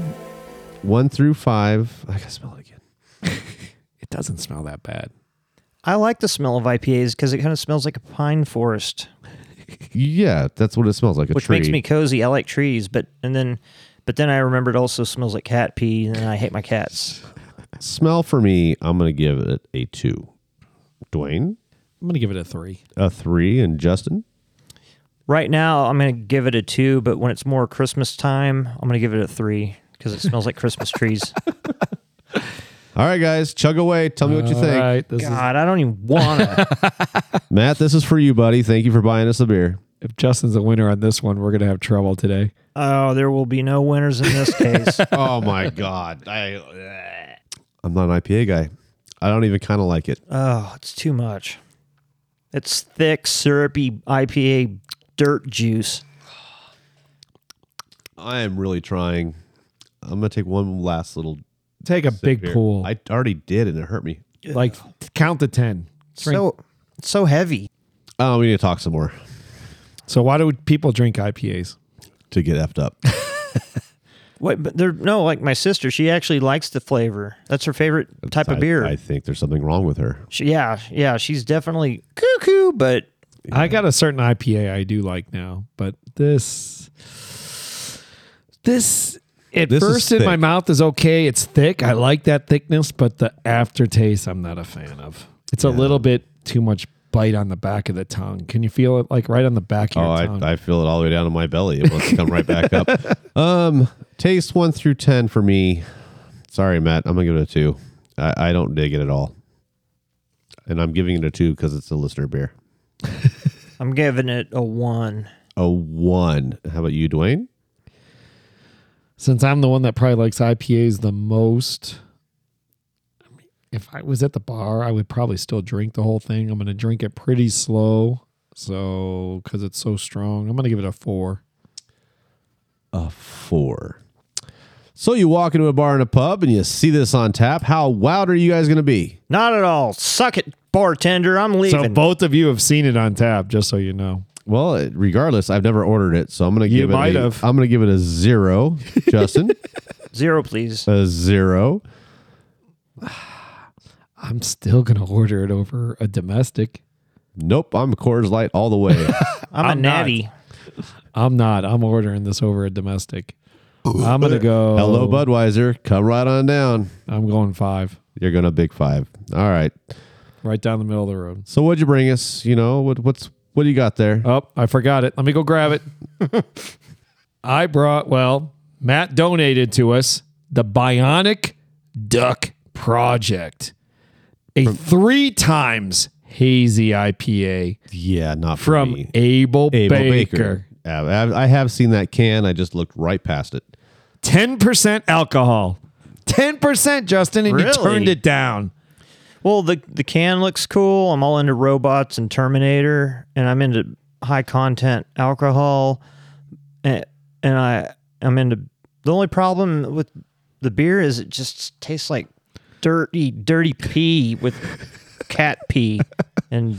S4: one through five. [laughs] I gotta smell it again.
S5: it doesn't smell that bad.
S6: I like the smell of IPAs because it kind of smells like a pine forest,
S4: Yeah, that's what it smells like. A
S6: which
S4: tree.
S6: makes me cozy. I like trees, but and then, but then I remembered also smells like cat pee, and I hate my cats.
S4: smell for me. I'm gonna give it a two. Dwayne,
S5: I'm gonna give it a three.
S4: a three, and Justin.
S6: Right now, I'm gonna give it a two, but when it's more Christmas time, I'm gonna give it a three because it smells like
S4: [laughs]
S6: Christmas trees.
S4: All right, guys, chug away. Tell me what you
S5: All
S4: think.
S5: right, this is,
S6: God, I don't even
S4: [laughs]
S6: wanna.
S4: Matt, this is for you, buddy. Thank you for buying us a beer.
S5: if Justin's a winner on this one, we're gonna have trouble today.
S6: oh, there will be no winners in this
S4: [laughs]
S6: case.
S4: oh my god I,
S5: uh,
S4: i'm not an ipa guy i don't even kind of like it
S6: Oh, it's too much. It's thick, syrupy IPA dirt juice.
S4: i am really trying i'm gonna take one last little
S5: Take a big
S4: beer.
S5: pool.
S4: i already did and it hurt me
S5: like count to ten. Drink.
S6: So it's so heavy.
S4: oh we need to talk some more
S5: So why do people drink IPAs?
S4: to get effed up
S6: What? But there, no, like my sister, she actually likes the flavor. That's her favorite type
S4: I-
S6: of beer.
S4: I, think there's something wrong with her
S6: she, yeah, yeah, she's definitely cuckoo, but
S5: I got a certain IPA I do like now, but this this at
S4: This is
S5: first in my
S4: thick.
S5: mouth is okay. It's thick. I like that thickness, but the aftertaste I'm not a fan of. It's a little bit too much bite on the back of the tongue. Can you feel it like right on the back of
S4: oh
S5: your tongue?
S4: I, I feel it all the way down in my belly it wants to come right back
S5: [laughs]
S4: up um taste one through ten for me sorry matt i'm gonna give it a two i, I don't dig it at all and i'm giving it a two because it's a listener beer
S6: I'm giving it a one.
S4: a one. How about you, Dwayne?
S5: Since I'm the one that probably likes IPAs the most, I mean, if I was at the bar, I would probably still drink the whole thing. I'm going to drink it pretty slow. So, because it's so strong, I'm going to give it a four.
S4: A four. So you walk into a bar and a pub and you see this on tap. How wild are you guys going to be?
S6: Not at all. Suck it, bartender. I'm
S5: So
S6: leaving.
S5: both of you have seen it on tap, just so you know.
S4: Well, it- regardless, I've never ordered it, so I'm going to
S5: You
S4: give it.
S5: might
S4: a,
S5: have.
S4: I'm going to give it a zero,
S5: [laughs]
S4: Justin.
S6: Zero, please.
S4: a zero.
S5: I'm still gonna order it over a domestic.
S4: Nope, I'm Coors Light all the
S5: [laughs]
S4: way.
S6: I'm, a natty.
S5: I'm not. I'm ordering this over a domestic. I'm gonna go.
S4: Hello, Budweiser. Come right on down.
S5: I'm going five,
S4: You're going to big five. All right.
S5: right down the middle of the road.
S4: So what'd you bring us? You know what? What's what do you got there?
S5: Oh, I forgot it. Let me go grab it. [laughs] I brought. Well, Matt donated to us the Bionic Duck Project, a three times hazy IPA
S4: yeah, not for
S5: from
S4: me.
S5: Abel,
S4: Abel
S5: Baker.
S4: Baker. Uh, I I have seen that can. I just looked right past it.
S5: 10% alcohol. 10%, Justin, and you
S6: Really?
S5: turned it down.
S6: Well, the the can looks cool. I'm all into robots and Terminator, and I'm into high content alcohol, and, and I I'm into. The only problem with the beer is it just tastes like dirty, dirty pee with cat pee, and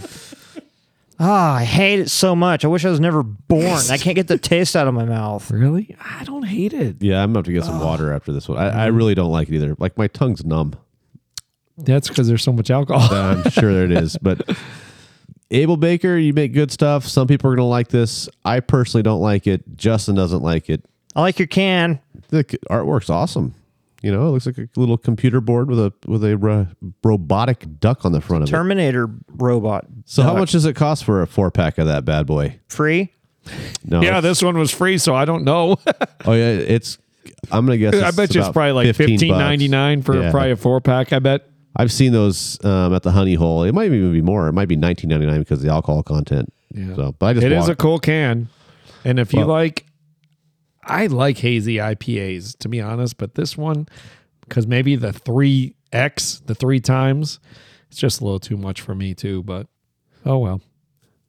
S6: ah, I hate it so much. I wish I was never born. I can't get the taste out of my mouth.
S5: Really? I don't hate it.
S4: Yeah, I'm gonna have to get some water after this one. I, I really don't like it either. Like my tongue's numb.
S5: That's because there's so much alcohol.
S4: I'm sure there it is, but Abel Baker, you make good stuff. Some people are gonna like this. I personally don't like it. Justin doesn't like it.
S6: I like your can.
S4: The c- artwork's awesome. You know, it looks like a little computer board with a with a ro- robotic duck on the front of it.
S6: Terminator robot.
S4: So, how much does it cost for a four pack of that bad boy?
S6: Free?
S4: No,
S5: [laughs] Yeah,
S4: it's-
S5: this one was free, so I don't know. [laughs]
S4: Oh yeah, it's. I'm gonna guess.
S5: I
S4: it's
S5: bet you it's
S4: about
S5: probably like
S4: $15
S5: fifteen ninety nine for
S4: Yeah.
S5: probably a four pack. I bet.
S4: I've seen those um, at the Honey Hole. It might even be more. It might be 19.99 because of the alcohol content.
S5: Yeah.
S4: So, but I just
S5: It is
S4: walked-
S5: a cool can, and if you
S4: Well-
S5: like, I like hazy IPAs to be honest, but this one because maybe the three X, the three times, it's just a little too much for me too. But oh well.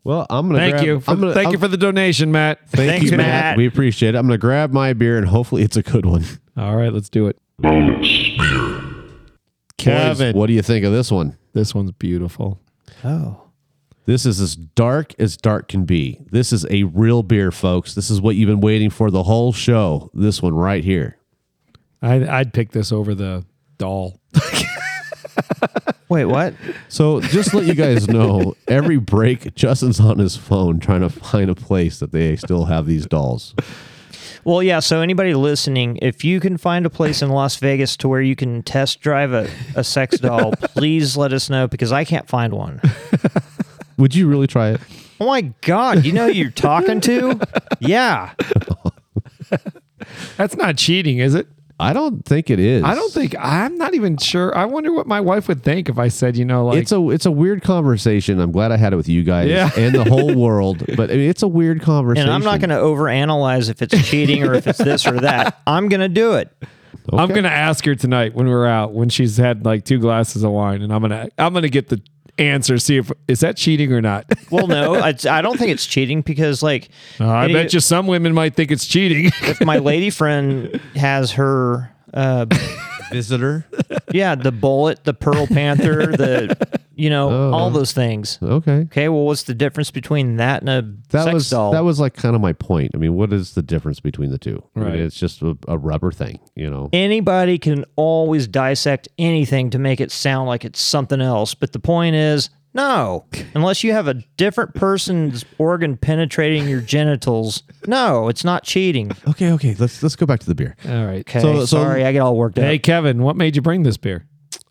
S4: Well, I'm gonna.
S5: Thank
S4: grab-
S5: you. For,
S4: I'm gonna-
S5: thank you
S4: I'm-
S5: for the donation, Matt.
S6: Thanks, Matt.
S4: We appreciate it. I'm gonna grab my beer and hopefully it's a good
S5: [laughs]
S4: one.
S5: All right, let's do it.
S4: Boys, what do you think of this one?
S5: This one's beautiful.
S6: Oh.
S4: This is as dark as dark can be. This is a real beer, folks. This is what you've been waiting for the whole show. This one right here.
S5: I, I'd pick this over the doll.
S6: Wait, what?
S4: So just to let you guys
S5: [laughs]
S4: know, every break, Justin's on his phone trying to find a place that they still have these dolls.
S6: [laughs] Well, yeah. So anybody listening, if you can find a place in Las Vegas to where you can test drive a, a sex doll, please let us know because I can't find one.
S4: [laughs] Would you really try it?
S6: Oh my God! You know who you're talking to? Yeah.
S5: That's not cheating, is it?
S4: I don't think it is.
S5: I don't think I'm not even sure. I wonder what my wife would think if I said, you know, like
S4: it's a it's a weird conversation. I'm glad I had it with you guys
S5: Yeah.
S4: and the [laughs] whole world. But I mean, it's a weird conversation.
S6: And I'm not going to overanalyze if it's cheating or if it's this or that. I'm going to do it.
S5: I'm gonna ask her tonight when we're out when she's had like two glasses of wine, and I'm gonna I'm gonna get the answer. See if is that cheating
S4: [laughs]
S5: or not.
S6: Well, no, I, I don't think it's cheating because, like,
S5: I
S6: any-
S4: uh,
S5: bet you some women might think it's cheating. [laughs]
S6: if my lady friend has her, uh,
S4: visitor.
S6: yeah, the bullet, the Pearl Panther, the, you know,
S4: Oh,
S6: all those things.
S4: Okay.
S6: Okay, well, what's the difference between that and a
S4: That
S6: sex
S4: was
S6: doll?
S4: that was like kind of my point. I mean, what is the difference between the two? I mean,
S5: Right.
S4: it's just a, a rubber thing, you know.
S6: Anybody can always dissect anything to make it sound like it's something else, but the point is, no. Unless you have a different person's organ penetrating your genitals, no, it's not cheating.
S4: Okay, okay. Let's let's go back to the beer.
S5: All right.
S6: Okay,
S4: So- so-
S6: sorry, I get all worked
S5: Hey
S6: up.
S5: Kevin, what made you bring this beer?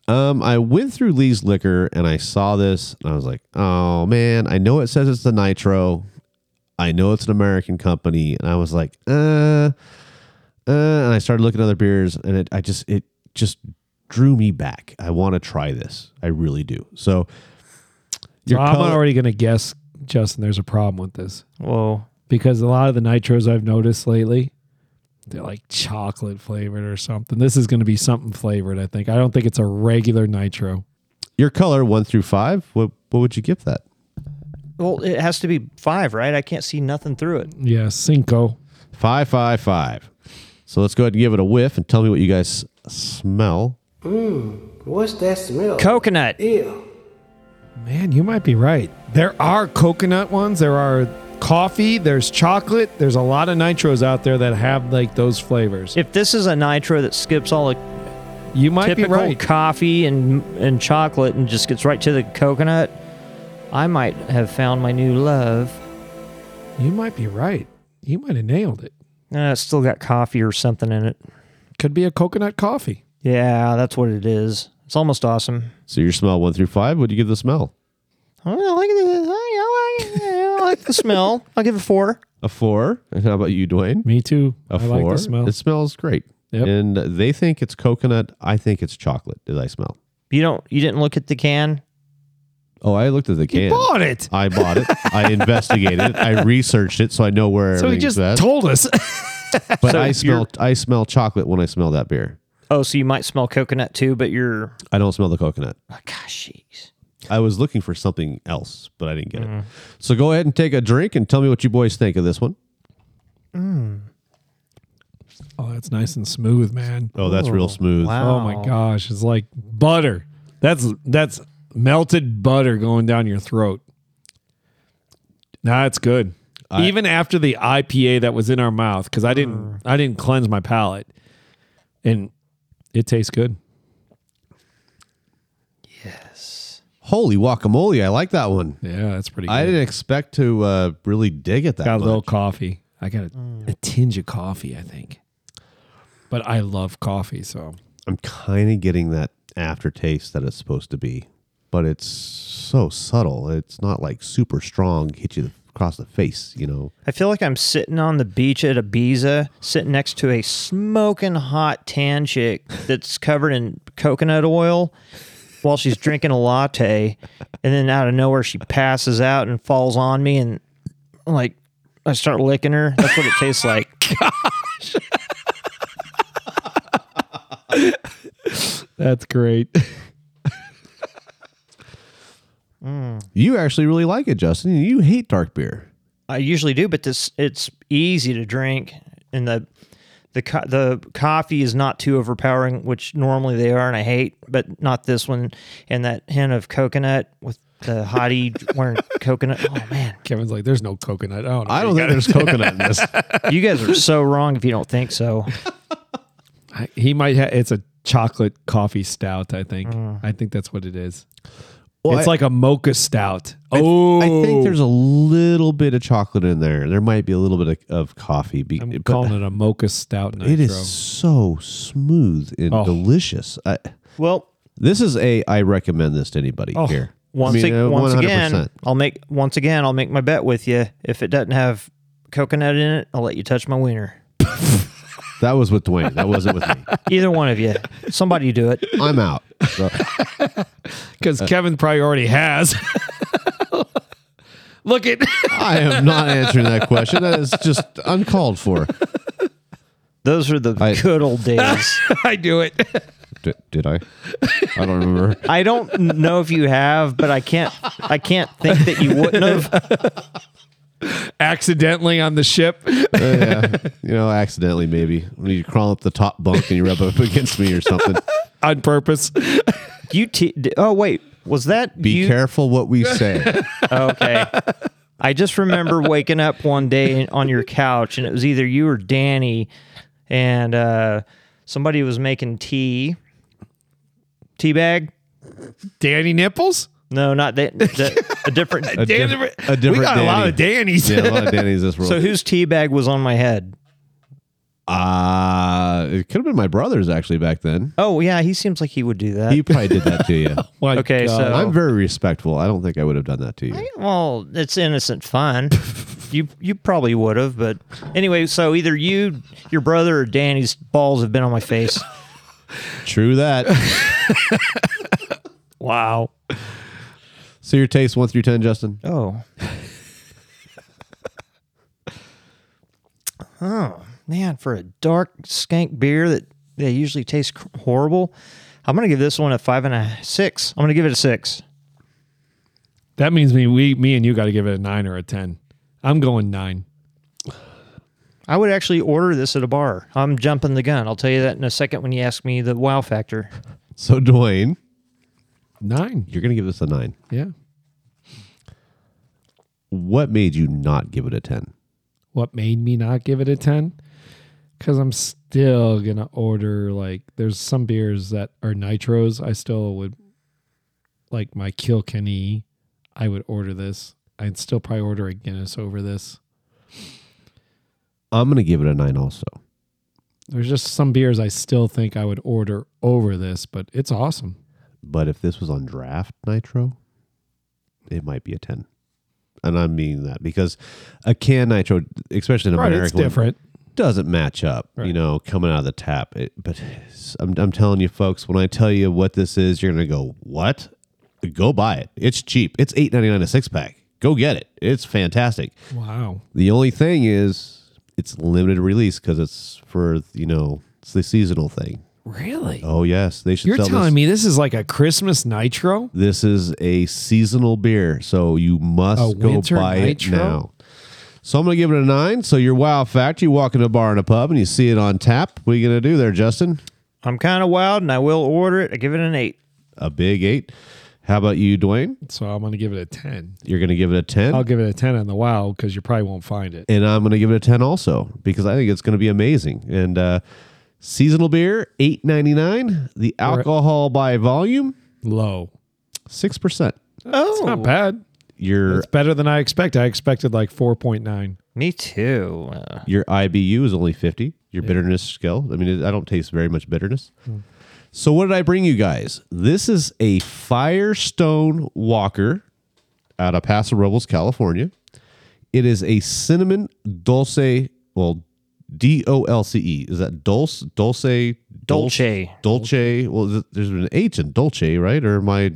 S4: Um, I went through Lee's liquor and I saw this and I was like, oh man, I know it says it's the nitro. I know it's an American company, and I was like, uh, uh, and I started looking at other beers, and it, I just, it just drew me back. I want to try this, I really do. So,
S5: So I'm
S4: color-
S5: already gonna guess, Justin. There's a problem with this
S6: Whoa.
S5: because a lot of the nitros I've noticed lately, they're like chocolate flavored or something. This is gonna be something flavored. I think. I don't think it's a regular nitro.
S4: your color one through five, what, what would you give that?
S6: Well, it has to be five, right? I can't see nothing through it.
S5: Yeah, cinco.
S4: Five, five, five. So let's go ahead and give it a whiff and tell me what you guys smell.
S9: What's that smell?
S6: Coconut.
S9: Ew.
S5: Man, you might be right. There are coconut ones. There are coffee. There's chocolate. There's a lot of nitros out there that have like those flavors.
S6: If this is a nitro that skips all the
S5: you might be
S6: typical
S5: right.
S6: coffee and and chocolate and just gets right to the coconut, I might have found my new love.
S5: you might be right. You might have nailed it.
S6: Uh, it's still got coffee or something in it.
S5: Could be a coconut coffee.
S6: Yeah, that's what it is. It's almost awesome.
S4: So your smell one through five, what do you give the smell?
S6: Oh, I like the, I, I like, I like the smell. [laughs] I'll give it four.
S4: A four. And how about you, Dwayne?
S5: Me too. I
S4: A four.
S5: like the smell.
S4: It smells great.
S5: Yep.
S4: And they think it's coconut. I think it's chocolate. Did I smell?
S6: You don't. You didn't look at the can.
S4: Oh, I looked at the can.
S5: Bought it.
S4: I bought it.
S5: [laughs]
S4: I investigated it. I researched it, so I know where.
S5: So he
S4: everything's
S5: just
S4: at.
S5: told us.
S4: But
S6: So
S4: I
S6: you're-
S4: smell. I smell chocolate when I smell that beer.
S6: Oh, so you might smell coconut too, but you're.
S4: I don't smell the coconut.
S6: Oh, gosh, jeez.
S4: I was looking for something else, but I didn't get
S5: Mm.
S4: it. So go ahead and take a drink and tell me what you boys think of this one.
S5: [laughs] oh, that's nice and smooth, man.
S4: Oh, that's real smooth.
S5: Oh my gosh, it's like butter. That's that's melted butter going down your throat. Nah, it's good. Even after the IPA that was in our mouth, because I didn't I didn't cleanse my palate, and it tastes good.
S4: Holy guacamole! I like that one.
S5: Yeah, that's pretty. good.
S4: I didn't expect to uh, really dig it that
S5: got a
S4: much. Mm.
S5: little coffee. I got a, a tinge of coffee, I think. But I love coffee, so
S4: I'm kind of getting that aftertaste that it's supposed to be, but it's so subtle. It's not like super strong, hit you across the face, you know.
S6: I feel like I'm sitting on the beach at Ibiza, sitting next to a smoking hot tan chick that's covered in coconut oil while she's drinking a latte. And then out of nowhere, she passes out and falls on me. And like, I start licking her. That's what it tastes like.
S5: that's great. [laughs]
S4: You actually really like it, Justin. You hate dark beer.
S6: I usually do, but this it's easy to drink, and the the co- the coffee is not too overpowering, which normally they are, and I hate, but not this one. And that hint of coconut with the hottie [laughs] wearing coconut. Oh man,
S5: Kevin's like, there's no coconut. Oh,
S4: I don't think there's coconut in this.
S6: you guys are so wrong if you don't think so.
S5: he might have. It's a chocolate coffee stout. I think. I think that's what it is. it's
S4: Mm. I-
S5: like a mocha stout.
S4: I
S5: oh,
S4: think there's a little bit of chocolate in there. There might be a little bit of, of coffee. Be,
S5: Oh, I'm
S4: but
S5: calling it a mocha stout nitro.
S4: it is so smooth and
S5: Oh.
S4: delicious. I,
S6: Well,
S4: this is a I recommend this to anybody
S5: Oh,
S4: here.
S6: once
S4: I mean,
S6: ag-
S4: uh,
S6: once
S4: 100%.
S6: again, I'll make once again I'll make my bet with you. If it doesn't have coconut in it, I'll let you touch my wiener.
S4: that was with Dwayne. That wasn't with me.
S6: Either one of you, somebody do it.
S4: I'm out. So-
S5: because
S4: uh,
S5: Kevin probably already has. [laughs] Look at
S4: I am not answering that question. That is just uncalled for.
S6: Those are the
S4: I-
S6: good
S4: [laughs]
S6: old days.
S5: [laughs] I do it.
S4: D- did I? I don't remember.
S6: I don't know if you have, but I can't. I can't think that you wouldn't have.
S5: Accidentally on the ship. [laughs]
S4: You know, accidentally maybe when you crawl up the top bunk and you rub up against me or something.
S5: on purpose.
S6: You. T- d- oh wait, was that
S4: Be
S6: you? Oh,
S4: careful what we say.
S6: Okay. I just remember waking up one day on your couch, and it was either you or Danny, and uh, somebody was making tea. Tea bag?
S5: Danny nipples.
S6: No, not that. that a different.
S5: Dan-
S4: diff- [laughs] a different
S5: we got a lot
S4: Danny.
S5: of Danny's.
S4: yeah, a
S5: [laughs]
S4: lot of Danny's this world.
S6: so whose tea bag was on my head?
S4: Uh, it could have been my brother's actually back then.
S6: Oh yeah, he seems like he would do that.
S4: He probably did that to you.
S5: My
S6: Okay,
S5: God.
S6: so-
S4: I'm very respectful. I don't think I would have done that to you.
S6: Well, it's innocent fun. you you probably would have, but anyway. So either you, your brother, or Danny's balls have been on my face.
S4: True that.
S5: wow.
S4: so your taste one through ten, Justin.
S6: Oh. oh man, for a dark skank beer that they usually taste cr- horrible, I'm gonna give this one a five and a six. I'm gonna give it a six.
S5: That means me, we, me, and you got to give it a nine or a ten. I'm going nine.
S6: I would actually order this at a bar. I'm jumping the gun. I'll tell you that in a second when you ask me the wow factor.
S4: So Dwayne,
S5: Nine.
S4: you're gonna give this a nine.
S5: Yeah.
S4: What made you not give it a ten?
S5: What made me not give it a ten? Because I'm still gonna order like there's some beers that are nitros. I still would like my Kilkenny. I would order this. I'd still probably order a Guinness over this.
S4: I'm gonna give it a nine also.
S5: There's just some beers I still think I would order over this, but it's awesome.
S4: But if this was on draft nitro, it might be a ten. And I mean that because a can nitro, especially an
S5: Right,
S4: American,
S5: it's
S4: one,
S5: different.
S4: doesn't match up, you
S5: Right.
S4: know, coming out of the tap. It, but it's- I'm, I'm telling you, folks, when I tell you what this is, you're gonna go, "What? Go buy it. It's cheap. It's eight ninety nine a six pack. Go get it. It's fantastic."
S5: Wow.
S4: The only thing is, it's limited release because it's for you know it's the seasonal thing.
S5: Really?
S4: Oh yes, they should.
S5: You're
S4: sell
S5: telling
S4: this.
S5: me this is like a Christmas nitro?
S4: This is a seasonal beer, so you must
S5: A
S4: go
S5: winter
S4: buy
S5: nitro?
S4: it now. So I'm gonna give it a nine. So your wow factor, you walk in a bar and a pub and you see it on tap. What are you gonna do there, Justin?
S6: I'm kind of wild, and I will order it. I give it an eight.
S4: A big eight. How about you, Dwayne?
S5: So I'm going to give it a 10.
S4: You're gonna give it a ten.
S5: I'll give it a 10 on the wow because you probably won't find it.
S4: and I'm going to give it a 10 also because I think it's going to be amazing. And uh, seasonal beer, 8.99. The alcohol by volume,
S5: Low.
S4: 6%.
S6: Oh,
S5: Not bad.
S4: Your
S5: It's better than I expect. I expected like 4.9.
S6: Me too. Uh,
S4: your IBU is only 50. Your bitterness scale, I mean, it, I don't taste very much bitterness. So, what did I bring you guys? This is a Firestone Walker out of Paso Robles, California. It is a cinnamon dulce, well, D O L C E. Is that dulce? Dulce? dul-
S6: Dolce.
S4: Dolce. Well, th- there's an H in Dolce, right? Or am I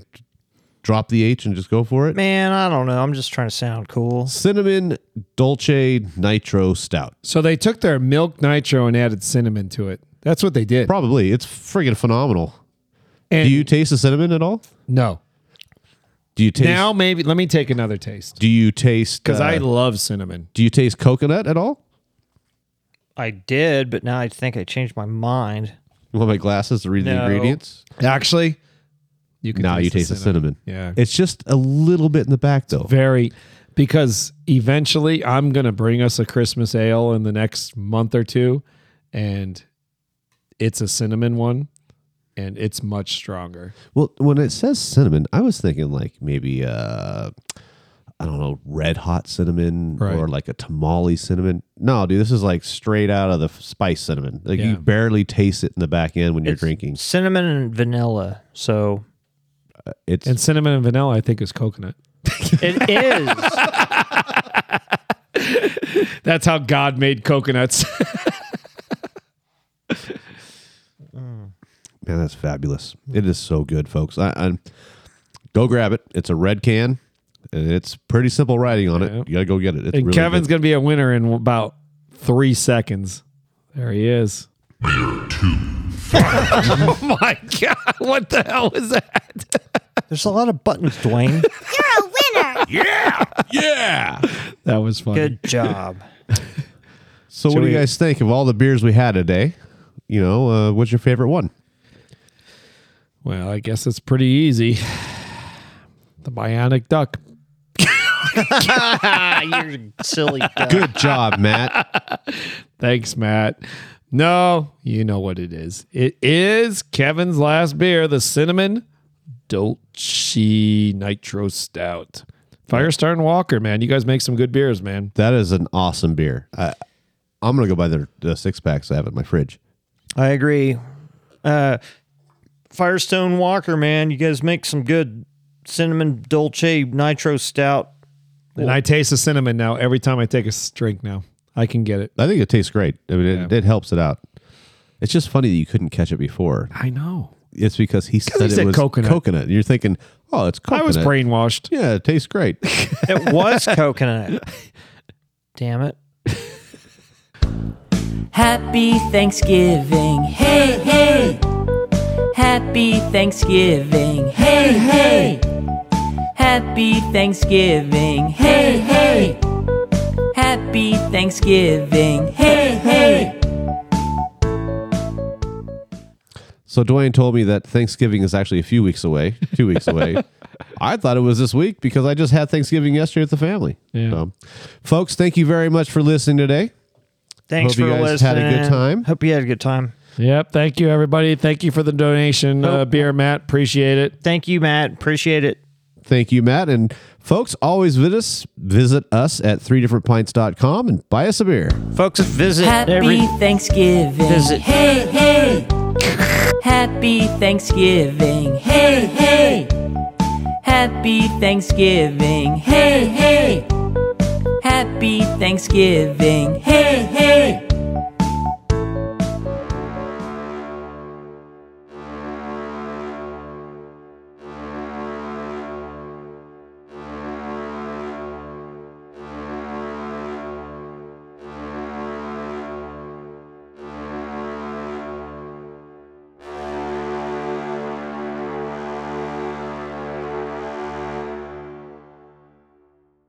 S4: drop the H and just go for it?
S6: Man, I don't know. I'm just trying to sound cool.
S4: Cinnamon Dolce Nitro Stout.
S5: So they took their milk nitro and added cinnamon to it. That's what they did.
S4: Probably. It's friggin' phenomenal.
S5: And
S4: Do you taste the cinnamon at all?
S5: no.
S4: Do you taste
S5: Now maybe let me take another taste
S4: Do you taste
S5: because
S4: uh,
S5: I love cinnamon.
S4: do you taste coconut at all?
S6: I did, but now I think I changed my mind.
S4: You want my glasses to read the
S6: No.
S4: ingredients?
S5: Actually, you can.
S4: No, you taste the cinnamon.
S5: Yeah.
S4: It's just a little bit in the back though.
S5: very because eventually I'm gonna bring us a Christmas ale in the next month or two, and it's a cinnamon one, and it's much stronger.
S4: Well, when it says cinnamon, I was thinking like maybe uh I don't know, red hot cinnamon
S5: Right.
S4: or like a tamale cinnamon. No, dude, this is like straight out of the f- spice cinnamon. Like
S5: Yeah.
S4: you barely taste it in the back end when you're drinking.
S6: Cinnamon and vanilla. So
S4: It's
S5: And cinnamon and vanilla, I think, is coconut.
S6: [laughs] it is.
S5: That's how God made coconuts. [laughs]
S4: Man, that's fabulous. It is so good, folks. I, I go grab it. It's a red can, and it's pretty simple writing on it.
S5: Yeah.
S4: You gotta go get it. It's
S5: and
S4: really
S5: Kevin's
S4: good.
S5: gonna be a winner in about three seconds. There he is. [laughs] oh my god! What the hell was that?
S6: There's a lot of buttons, Dwayne.
S5: That was funny.
S6: Good job.
S4: So, what do you
S5: we-
S4: guys think of all the beers we had today? You know, uh, what's your favorite one?
S5: Well, I guess it's pretty easy. [sighs] The bionic duck.
S6: [laughs] Ah, you're [laughs] silly. duck.
S4: Good job, Matt.
S5: Thanks, Matt. No, you know what it is. It is Kevin's last beer, the cinnamon Dolce Nitro Stout. Firestar and Walker, man. You guys make some good beers, man.
S4: [laughs] That is an awesome beer. I, I'm gonna go buy the, the six packs I have in my fridge.
S6: I agree. Uh, Firestone Walker, man, you guys make some good cinnamon dolce nitro stout.
S5: And I taste the cinnamon now every time I take a s- drink now. I can get it.
S4: I think it tastes great. I mean, it, it helps it out. It's just funny that you couldn't catch it before.
S5: I know.
S4: It's because he said
S5: he
S4: it
S5: said
S4: was
S5: coconut.
S4: coconut. You're thinking, oh, it's coconut.
S5: I was brainwashed.
S4: Yeah, it tastes great.
S6: It was [laughs] coconut. Damn it.
S10: Happy Thanksgiving. Hey, hey. Happy Thanksgiving. Hey, hey. Happy Thanksgiving. Hey, hey. Happy Thanksgiving. Hey, hey.
S4: So Dwayne told me that Thanksgiving is actually a few weeks away, two weeks away. I thought it was this week because I just had Thanksgiving yesterday with the family.
S5: Yeah.
S4: So, folks, thank you very much for listening today.
S6: Thanks
S4: Hope
S6: for
S4: you guys had
S6: listening.
S4: a good time.
S6: Hope you had a good time.
S5: Yep. Thank you, everybody. Thank you for the donation, uh, beer, Matt. Appreciate it.
S6: Thank you, Matt. Appreciate it.
S4: Thank you, Matt. And folks, always visit us, visit us at three differentpints.com and buy us a beer.
S6: Folks, visit
S10: Happy
S6: every
S10: Thanksgiving.
S6: Visit.
S10: Hey, hey. Happy Thanksgiving. Hey, hey. Happy Thanksgiving. Hey, hey. Happy Thanksgiving. Hey,